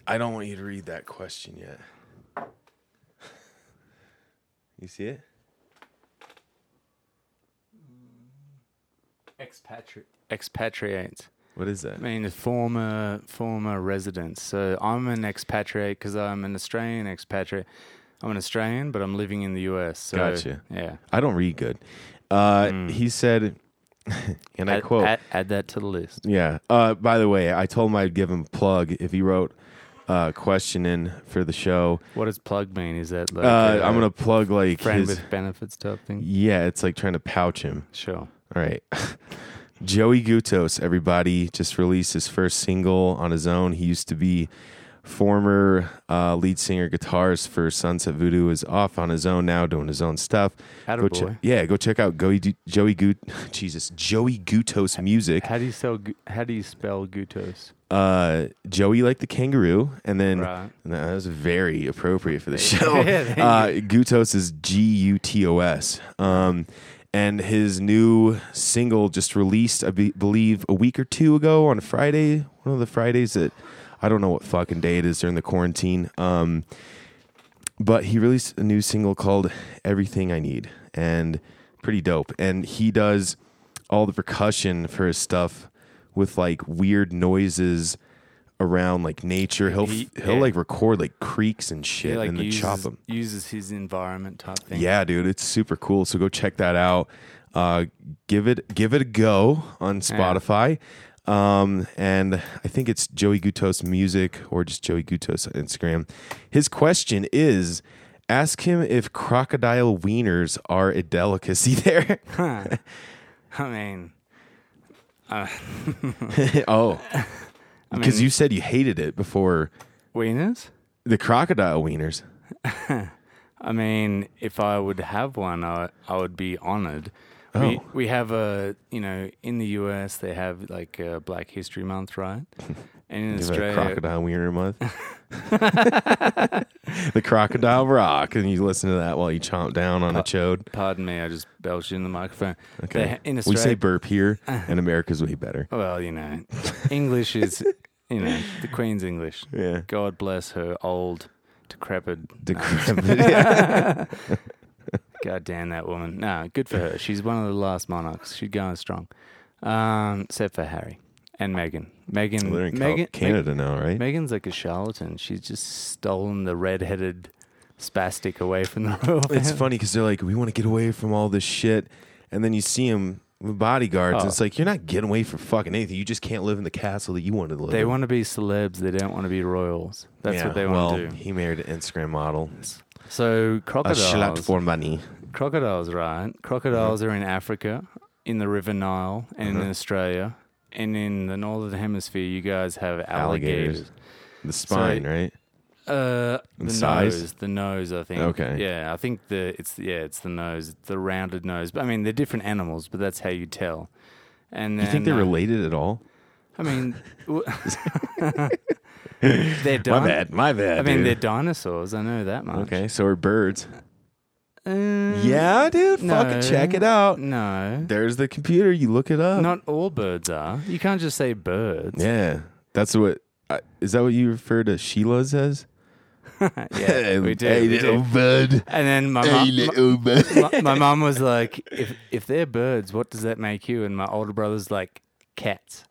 B: I don't want you to read that question yet. You see it?
C: Expatriate. Expatriate.
B: What is that?
C: I mean, a former former residence. So I'm an expatriate because I'm an Australian expatriate. I'm an Australian, but I'm living in the US. So,
B: Gotcha.
C: Yeah.
B: I don't read good. Uh, He said, and I
C: Add-
B: quote,
C: Add, add that to the list.
B: Yeah. Uh, by the way, I told him I'd give him a plug if he wrote uh, question in for the show.
C: What does plug mean? Is that like
B: Uh,
C: a
B: I'm gonna plug like
C: friend
B: his.
C: with benefits type thing?
B: Yeah, it's like trying to pouch him.
C: Sure.
B: All right. Joey Gutos, everybody, just released his first single on his own. He used to be former uh, lead singer guitarist for Sunset Voodoo is off on his own now doing his own stuff. Go
C: Attaboy.
B: che- yeah, go check out Go- Joey Gut Jesus, Joey Gutos music.
C: How do you sell? gu- How do you spell Gutos?
B: Uh, Joey like the kangaroo and then
C: Right.
B: No, that was very appropriate for the show.
C: Yeah, thank
B: uh, Gutos is G U T O S. Um, and his new single just released, I be- believe, a week or two ago on a Friday, one of the Fridays that I don't know what fucking day it is during the quarantine. Um, but he released a new single called Everything I Need and pretty dope. And he does all the percussion for his stuff with like weird noises around like nature. He'll
C: He-
B: he'll
C: yeah.
B: like record like creeks and shit
C: He like
B: and then
C: uses,
B: chop them.
C: uses his environment type thing.
B: Yeah, dude, it's super cool. So go check that out. Uh, give it give it a go on Spotify. Um, and I think it's Joey Gutos Music or just Joey Gutos on Instagram. His question is ask him if crocodile wieners are a delicacy there.
C: I mean,
B: oh.
C: I
B: Because
C: mean-
B: you said you hated it before
C: wieners.
B: the crocodile wieners.
C: I mean, if I would have one, I I would be honored. We
B: Oh.
C: we have a you know in the U.S. they have like uh Black History Month, right? And in
B: Give it a
C: Australia,
B: crocodile wiener month. the crocodile rock, and you listen to that while you chomp down on a chode.
C: pardon me, I just belched in the microphone. They
B: Okay.
C: ha- in
B: we
C: Australia,
B: say burp here, and America's way better.
C: well, you know, English is you know the Queen's English.
B: Yeah.
C: God bless her old, decrepit.
B: Decrepit. Yeah.
C: God damn that woman. No, good for her. She's one of the last monarchs. She's going strong. Um, except for Harry and Meghan. Meghan,
B: They're in Cal-
C: Meghan,
B: Canada now, right?
C: Megan's like a charlatan. She's just stolen the red-headed spastic away from the royal
B: it's
C: family.
B: funny because they're like, we want to get away from all this shit, and then you see them with bodyguards.
C: Oh.
B: And it's like you're not getting away from fucking anything. You just can't live in the castle that you wanted to live.
C: They
B: in.
C: want to be celebs. They don't want to be royals. That's
B: Yeah,
C: what they want
B: well,
C: to do.
B: He married an Instagram model.
C: So
B: A slut
C: crocodiles,
B: for money.
C: crocodiles, right? Crocodiles
B: Mm-hmm.
C: are in Africa, in the River Nile, and in Australia, and in the northern hemisphere, you guys have alligators.
B: Alligators. The spine, right?
C: Uh, the
B: size?
C: nose, the nose. I think.
B: Okay.
C: Yeah, I think the it's yeah it's the nose, the rounded nose. But I mean, they're different animals, but that's how you tell. And
B: Do you think they're
C: then, uh,
B: related at all?
C: I mean, w-
B: My
C: they're dinosaurs.
B: bad. My bad.
C: I mean, they're
B: dude.
C: dinosaurs. I know that much.
B: okay. So are birds.
C: Uh,
B: Yeah, dude. Fucking
C: no.
B: check it out.
C: No.
B: There's the computer. You look it up.
C: Not all birds are. You can't just say birds.
B: Yeah, that's what. I, is that what you refer to Sheila's as?
C: Yeah, we do.
B: Hey,
C: we
B: little
C: do.
B: bud.
C: And then my
B: Hey,
C: mom,
B: little bud.
C: my, my mom was like, if, if they're birds, what does that make you? And my older brother's like, cats.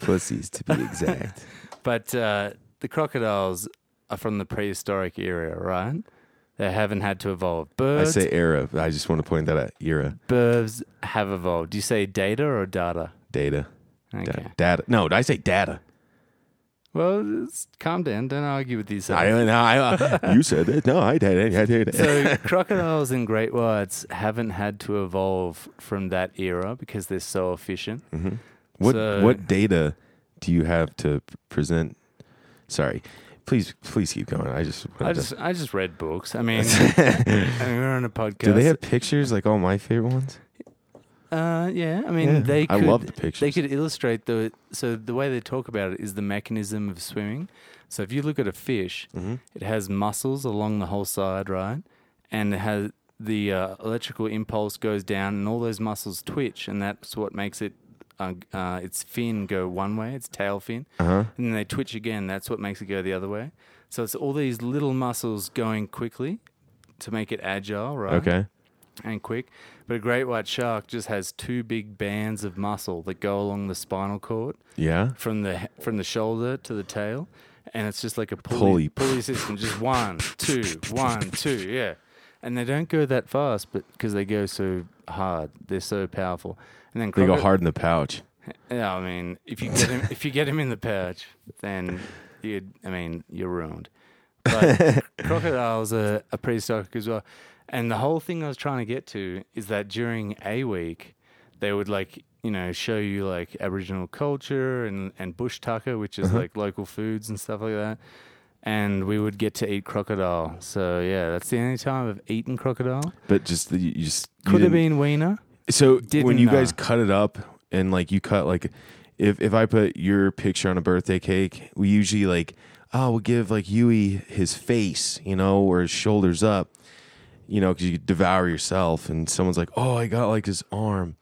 B: Pussies, to be exact.
C: But uh, the crocodiles are from the prehistoric era, right? They haven't had to evolve.
B: I
C: Birds,
B: say era. but I just want to point that out. Era,
C: birds have evolved. Do you say data or data?
B: data, da-
C: Okay.
B: data. No, I say data.
C: Well, it's, calm down. Don't argue with these.
B: I, no, I, you said it. No, I did it. I did it.
C: so crocodiles and great whites haven't had to evolve from that era because they're so efficient.
B: Mm-hmm. what
C: so-
B: what data do you have to p- present? Sorry, please please keep going. I just,
C: I
B: wanted to-
C: just I just read books. I mean, I mean, we're on a podcast.
B: do they have pictures like all my favorite ones?
C: Uh, yeah, I mean,
B: Yeah.
C: they.
B: I
C: Could,
B: love the
C: They
B: pictures.
C: could illustrate the. So the way they talk about it is the mechanism of swimming. So if you look at a fish, it has muscles along the whole side, right? And it has the uh, electrical impulse goes down, and all those muscles twitch, and that's what makes it. Uh, uh, its fin go one way, its tail fin, uh-huh. and then they twitch again. That's what makes it go the other way. So it's all these little muscles going quickly to make it agile, right?
B: Okay.
C: and quick. But a great white shark just has two big bands of muscle that go along the spinal cord
B: Yeah.
C: from the from the shoulder to the tail, and it's just like a
B: Pulley.
C: pulley pulley, system. Just one, two, one, two, yeah. And they don't go that fast, but because they go so hard, they're so powerful. And then
B: They go
C: croco-
B: hard in the pouch.
C: Yeah, I mean, if you get him, if you get him in the pouch, then you, I mean, you're ruined. But crocodiles are, are pretty stoic as well. And the whole thing I was trying to get to is that during a week, they would like you know show you like Aboriginal culture and and bush tucker, which
B: Uh-huh.
C: is like local foods and stuff like that. And we would get to eat crocodile. So yeah, that's the only time I've eaten crocodile.
B: But just the- you you just you
C: Could have
B: didn't-
C: been wiener.
B: So when
C: Didn't,
B: you guys
C: uh,
B: cut it up and like you cut like if if I put your picture on a birthday cake, we usually like oh we'll give like Yui his face, you know, or his shoulders up, you know, because you devour yourself. And someone's like, oh, I got like his arm.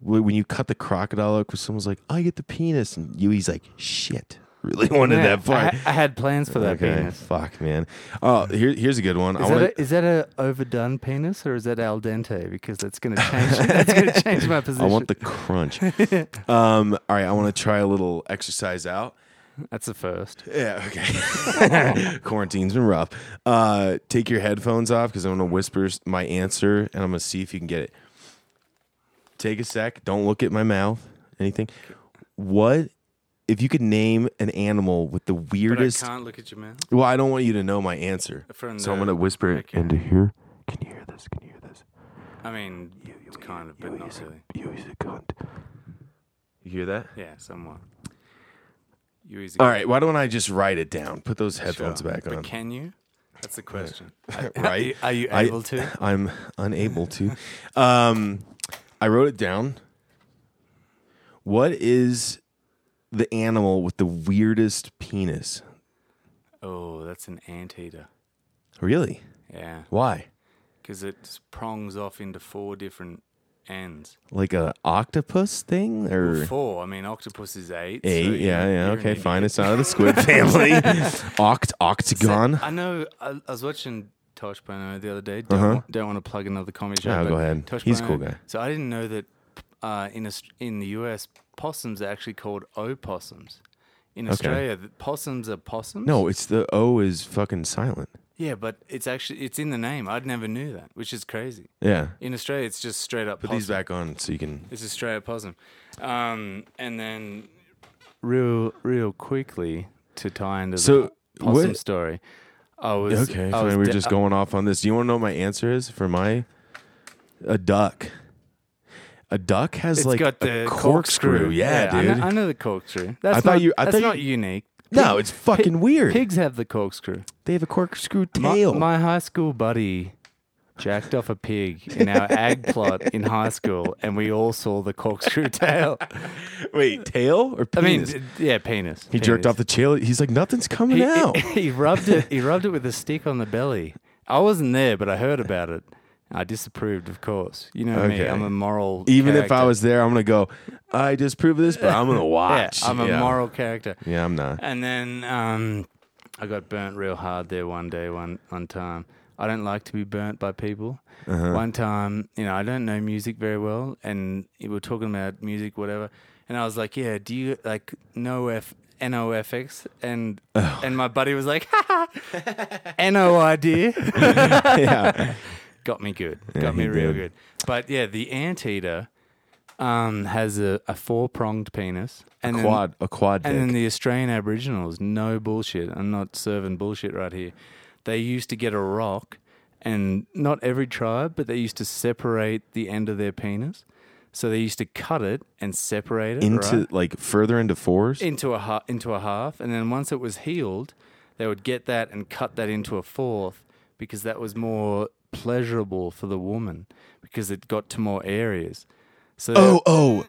B: Wh- When you cut the crocodile, up, 'cause someone's like, I get the penis, and Yui's like, shit, really wanted
C: Yeah,
B: that part.
C: I, I had plans for that penis.
B: fuck, man. Oh, here, here's a good one.
C: Is
B: I
C: that,
B: want
C: a, is that a overdone penis or is that al dente? Because that's going to change. that's going to change my position.
B: I want the crunch. um, all right, I want to try a little exercise out.
C: that's the first.
B: Yeah, okay. Quarantine's been rough. Uh, take your headphones off because I'm gonna whisper s- my answer and I'm gonna see if you can get it. Take a sec. Don't look at my mouth. Anything. What if you could name an animal with the weirdest?
C: can't look at your mouth.
B: well, I don't want you to know my answer,
C: From
B: so I'm
C: the-
B: gonna whisper it
C: okay.
B: into here. Can you hear this? Can you hear this?
C: I mean, it's kind of, but not really.
B: You is a cunt. You hear that?
C: Yeah, somewhat. You easy.
B: All right, why don't I just write it down? Put those headphones back
C: But
B: on.
C: can you? That's the question.
B: right?
C: Are you
B: I-
C: able to?
B: I'm unable to. Um, I wrote it down. What is the animal with the weirdest penis?
C: Oh, that's an anteater.
B: Really?
C: Yeah,
B: Why?
C: because it prongs off into four different ends.
B: Like a octopus thing or
C: Four. I mean, octopus is eight. so
B: a?
C: you're-
B: yeah, yeah.
C: you're an
B: Okay,
C: idiot.
B: fine. It's out of the squid family. Oct octagon.
C: I know. I, I was watching Tosh Bono the other day. Don't, don't want to plug another comedy show.
B: Uh-huh. No,
C: but
B: go ahead.
C: Tosh
B: He's a
C: Bono-
B: cool guy.
C: So I didn't know that uh, in Aus- in the US possums are actually called opossums. In Australia, the possums are possums.
B: No, it's the O is fucking silent.
C: Yeah, but it's actually it's in the name. I'd never knew that, which is crazy.
B: Yeah.
C: In Australia, it's just straight up.
B: Put
C: possum.
B: these back on so you can.
C: It's a straight up possum. Um, and then real real quickly to tie into
B: So,
C: the po- possum
B: what-
C: story. I was
B: Okay,
C: I was
B: fine. We're
C: da-
B: just going off on this. Do you want to know what my answer is for my a duck? A duck has
C: It's
B: like
C: got
B: a
C: the
B: corkscrew. Yeah,
C: I kn-
B: dude.
C: I know, the corkscrew. That's
B: I thought
C: not,
B: you- I
C: that's
B: thought
C: not
B: you-
C: unique.
B: no, it's fucking weird.
C: Pigs have the corkscrew.
B: They have a corkscrew
C: My-
B: tail.
C: My, high school buddy jacked off a pig in our ag plot in high school, and we all saw the corkscrew tail.
B: Wait, tail or
C: I mean,
B: penis?
C: d- yeah, penis.
B: he jerked off the tail. He's like, nothing's coming out.
C: He, he rubbed it. He rubbed it with a stick on the belly. I wasn't there, but I heard about it. I disapproved, of course. You know me.
B: Okay.
C: I'm a moral.
B: Even if I
C: character.
B: was there, I'm gonna go. I disprove of this, but I'm gonna
C: yeah,
B: watch.
C: I'm a moral character.
B: Yeah, I'm not.
C: And then um, I got burnt real hard there one day, one one time. I don't like to be burnt by people.
B: Uh-huh.
C: One time, you know, I don't know music very well, and we were talking about music, whatever. And I was like, "Yeah, do you like no f no fx?" And
B: Oh.
C: and my buddy was like, "Ha ha, no idea."
B: yeah,
C: got me good,
B: Yeah,
C: got me
B: he
C: real
B: did.
C: good. But yeah, the anteater um, has a, a four pronged penis and then-
B: quad a quad dick.
C: and then the Australian Aboriginals, no bullshit. I'm not serving bullshit right here. They used to get a rock, and not every tribe, but they used to separate the end of their penis. So they used to cut it and separate it
B: into
C: right?
B: like further into fours.
C: into a ha- into a half, and then once it was healed, they would get that and cut that into a fourth because that was more pleasurable for the woman because it got to more areas. So
B: oh, oh,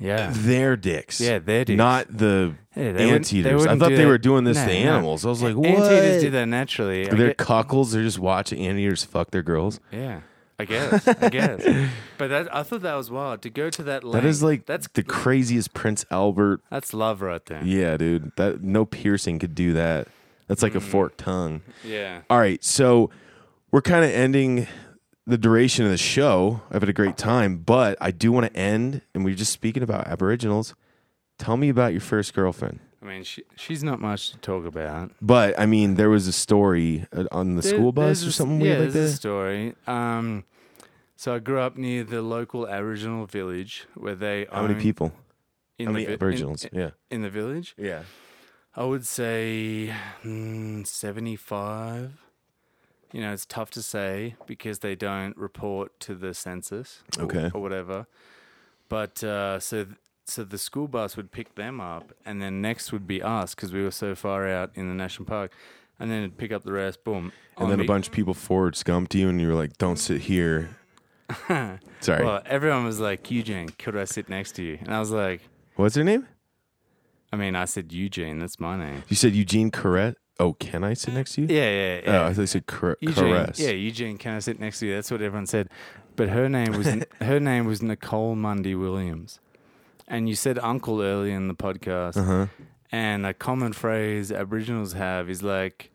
C: yeah,
B: their dicks.
C: Yeah, their dicks.
B: Not the
C: Yeah, they wouldn't- they
B: anteaters. I
C: wouldn't
B: thought
C: do
B: they
C: that.
B: were doing this
C: No,
B: to
C: no.
B: animals. I was like, what?
C: Anteaters do that naturally. I
B: They're
C: get-
B: cuckles. They're just watching anteaters fuck their girls.
C: Yeah, I guess. I guess. But that, I thought that was wild to go to that. Length,
B: That is like
C: that's
B: the craziest Prince Albert.
C: that's love right there.
B: Yeah, dude. That no piercing could do that.
C: Mm.
B: That's like a forked tongue.
C: Yeah.
B: All right, so we're kind of ending the duration of the show. I've had a great time, but I do want to end. And we are just speaking about Aboriginals. Tell me about your first girlfriend.
C: I mean, she, she's not much to talk about.
B: But I mean, there was a story uh, on the
C: There-
B: school bus
C: there's a
B: or
C: s-
B: something
C: yeah,
B: weird like
C: there's a
B: this.
C: story. Um, so I grew up near the local Aboriginal village where they
B: How many
C: own-
B: people?
C: in
B: How many
C: vi- in-
B: Aboriginals?
C: in,
B: yeah,
C: in the village?
B: yeah.
C: I would say mm, 75. You know, it's tough to say because they don't report to the census or,
B: Okay.
C: or whatever. But uh, so th- so the school bus would pick them up, and then next would be us because we were so far out in the national park, and then it'd pick up the rest. Boom,
B: And then a bunch of people forward scum to you, and you were like, "Don't sit here." Sorry.
C: Well, everyone was like, Eugene, could I sit next to you? And I was like,
B: What's her name?
C: I mean, I said Eugene, that's my name.
B: You said Eugene Corrette. Oh, can I sit next to you?
C: Yeah, yeah, yeah.
B: Oh, I thought you said Cor-
C: Eugene,
B: Caress.
C: E yeah, Eugene, can I sit next to you? That's what everyone said. But her name was her name was Nicole Mundy Williams, and you said Uncle earlier in the podcast.
B: Uh-huh.
C: And a common phrase Aboriginals have is like,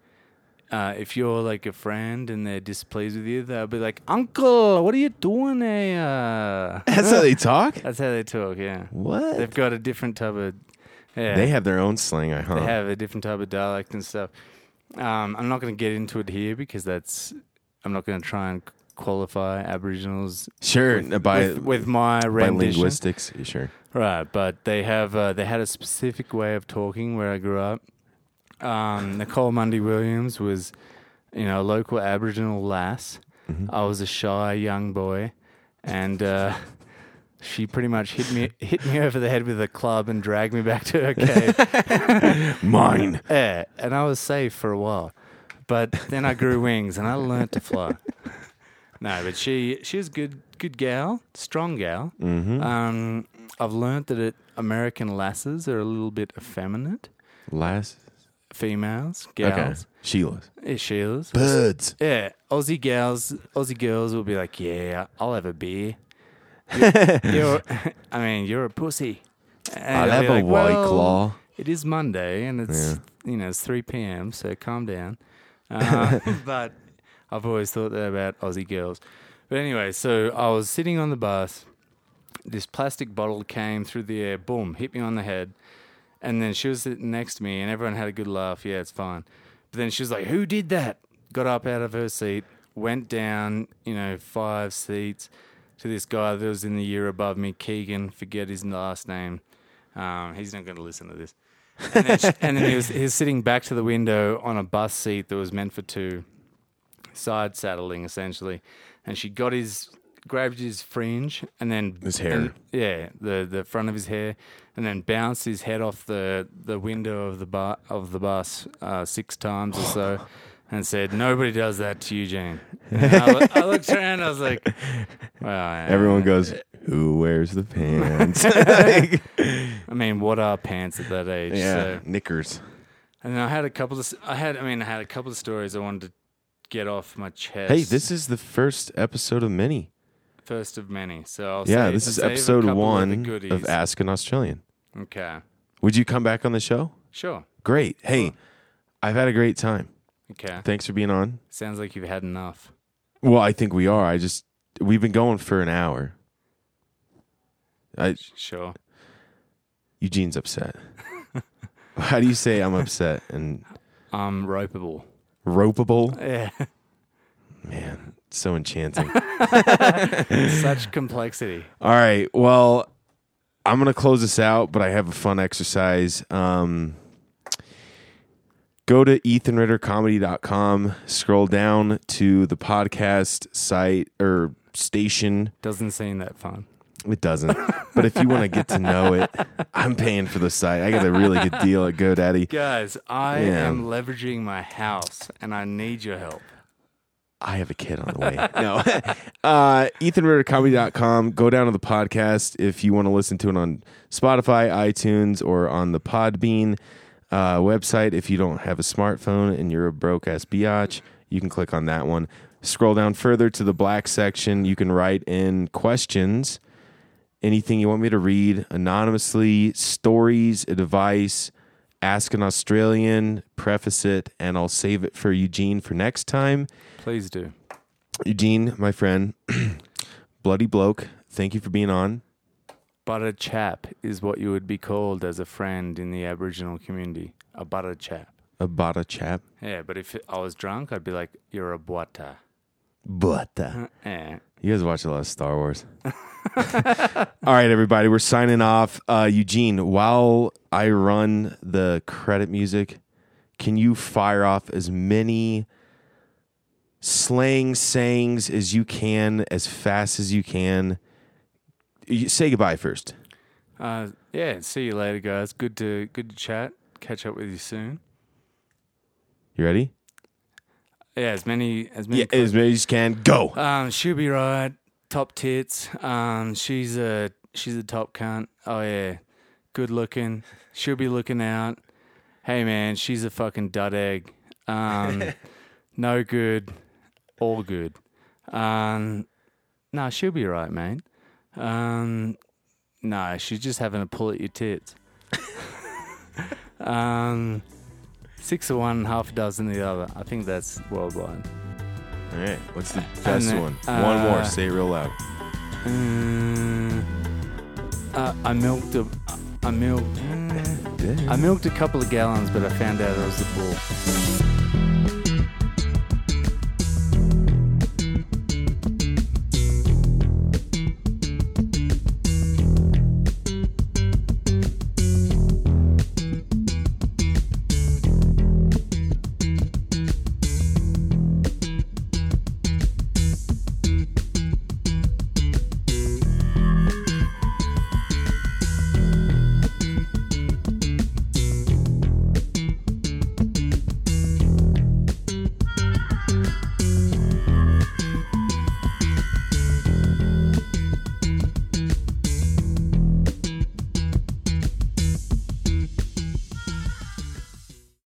C: uh, if you're like a friend and they're displeased with you, they'll be like, Uncle, what are you doing here?
B: That's how they talk.
C: That's how they talk. Yeah,
B: What?
C: they've got a different type of. Yeah,
B: They have their own slang, I huh?
C: they have a different type of dialect and stuff. Um, I'm not going to get into it here because that's I'm not going to try and qualify Aboriginals
B: Sure, by
C: with, with my
B: by
C: rendition,
B: linguistics, yeah, sure.
C: right? But they have uh, they had a specific way of talking where I grew up. Um, Nicole Mundy Williams was, you know, a local Aboriginal lass. I was a shy young boy, and. Uh, she pretty much hit me hit me over the head with a club and dragged me back to her cave.
B: Mine.
C: Yeah, Eh, and I was safe for a while, but then I grew wings and I learnt to fly. No, but she she was good good gal, strong gal.
B: Mm-hmm.
C: Um, I've learnt that it, American lasses are a little bit effeminate,
B: Last.
C: females,
B: Okay.
C: gals,
B: Sheila's.
C: yeah, Sheilas.
B: Birds.
C: Yeah, Aussie gals, Aussie girls will be like, yeah, I'll have a beer. You're, you're- I mean, you're a pussy. And
B: I'll
C: I'll
B: have
C: be
B: a
C: like,
B: white
C: "Well,
B: claw.
C: it is Monday, and it's you know it's three p.m. So calm down. Uh, but I've always thought that about Aussie girls. But anyway, so I was sitting on the bus. This plastic bottle came through the air, boom, hit me on the head, and then she was sitting next to me, and everyone had a good laugh. Yeah, it's fine. But then she was like, "Who did that?" Got up out of her seat, went down, you know, five seats to this guy that was in the year above me, Keegan. Forget his last name. Um, he's not going to listen to this. And then, she- and then he, was, he was sitting back to the window on a bus seat that was meant for two, side saddling essentially. And she got his, grabbed his fringe and then
B: His hair.
C: and- yeah, the the front of his hair, and then bounced his head off the the window of the bu- of the bus uh, six times or so. And said, "Nobody does that to Eugene." And I, loo- I looked around. I was like, "Well, I-
B: Everyone
C: Uh,
B: goes, who wears the pants?
C: I mean, what are pants at that age?"
B: yeah,
C: So-
B: knickers.
C: And I had a couple of, I had, I mean, I had a couple of stories I wanted to get off my chest.
B: Hey, this is the first episode of many.
C: first of many. So I'll
B: yeah,
C: save-
B: this is
C: save a
B: episode
C: couple
B: one
C: of,
B: of,
C: the goodies.
B: Ask an Australian.
C: Okay,
B: Would you come back on the show?
C: sure.
B: Great. Hey, I've had a great time.
C: Okay,
B: Thanks for being on.
C: sounds like you've had enough.
B: Well, I think we are. I just we've been going for an hour. I,
C: Sure.
B: Eugene's upset. How do you say I'm upset and
C: I'm Um, ropeable.
B: ropeable?
C: Yeah,
B: Man, so enchanting.
C: such complexity.
B: All right. Well, I'm gonna close this out, but I have a fun exercise. Um, go to ethanrittercomedy.com. Scroll down to the podcast site or station.
C: Doesn't seem that fun.
B: It doesn't. but if you want to get to know it, I'm paying for the site. I got a really good deal at GoDaddy.
C: Guys, I
B: Yeah.
C: am leveraging my house, and I need your help.
B: I have a kid on the way. No. uh, EthanRitterComedy.com. Go down to the podcast if you want to listen to it on Spotify, iTunes, or on the Podbean uh, website. If you don't have a smartphone and you're a broke ass biatch, you can click on that one. Scroll down further to the black section. You can write in questions, anything you want me to read anonymously, stories, advice. Ask an Australian, preface it, and I'll save it for Eugene for next time.
C: Please do.
B: Eugene, my friend, bloody bloke, thank you for being on.
C: Butter chap is what you would be called as a friend in the Aboriginal community. A butter chap.
B: About a chap.
C: Yeah, but if I was drunk, I'd be like, you're a butter.
B: But uh,
C: Eh.
B: you guys watch a lot of Star Wars. All right, everybody, we're signing off. Uh, Eugene, while I run the credit music, can you fire off as many slang sayings as you can, as fast as you can? You, say goodbye first.
C: Uh, yeah, see you later, guys. Good to good to chat. Catch up with you soon.
B: You ready?
C: Yeah, as many as many
B: Yeah, as many as you can. Go.
C: Um, she'll be right. Top tits. Um, she's a she's a top cunt. Oh yeah, good looking. She'll be looking out. Hey man, she's a fucking dud egg. Um, no good. All good. Um, no, she'll be right, man. Um, no, she's just having a pull at your tits. um, six of one, half a dozen of the other. I think that's worldwide.
B: All right. What's the best
C: then,
B: one? one more.
C: uh,
B: Say it real loud.
C: Mm, uh, I milked a, I milked, I milked a couple of gallons, but I found out I was a bull.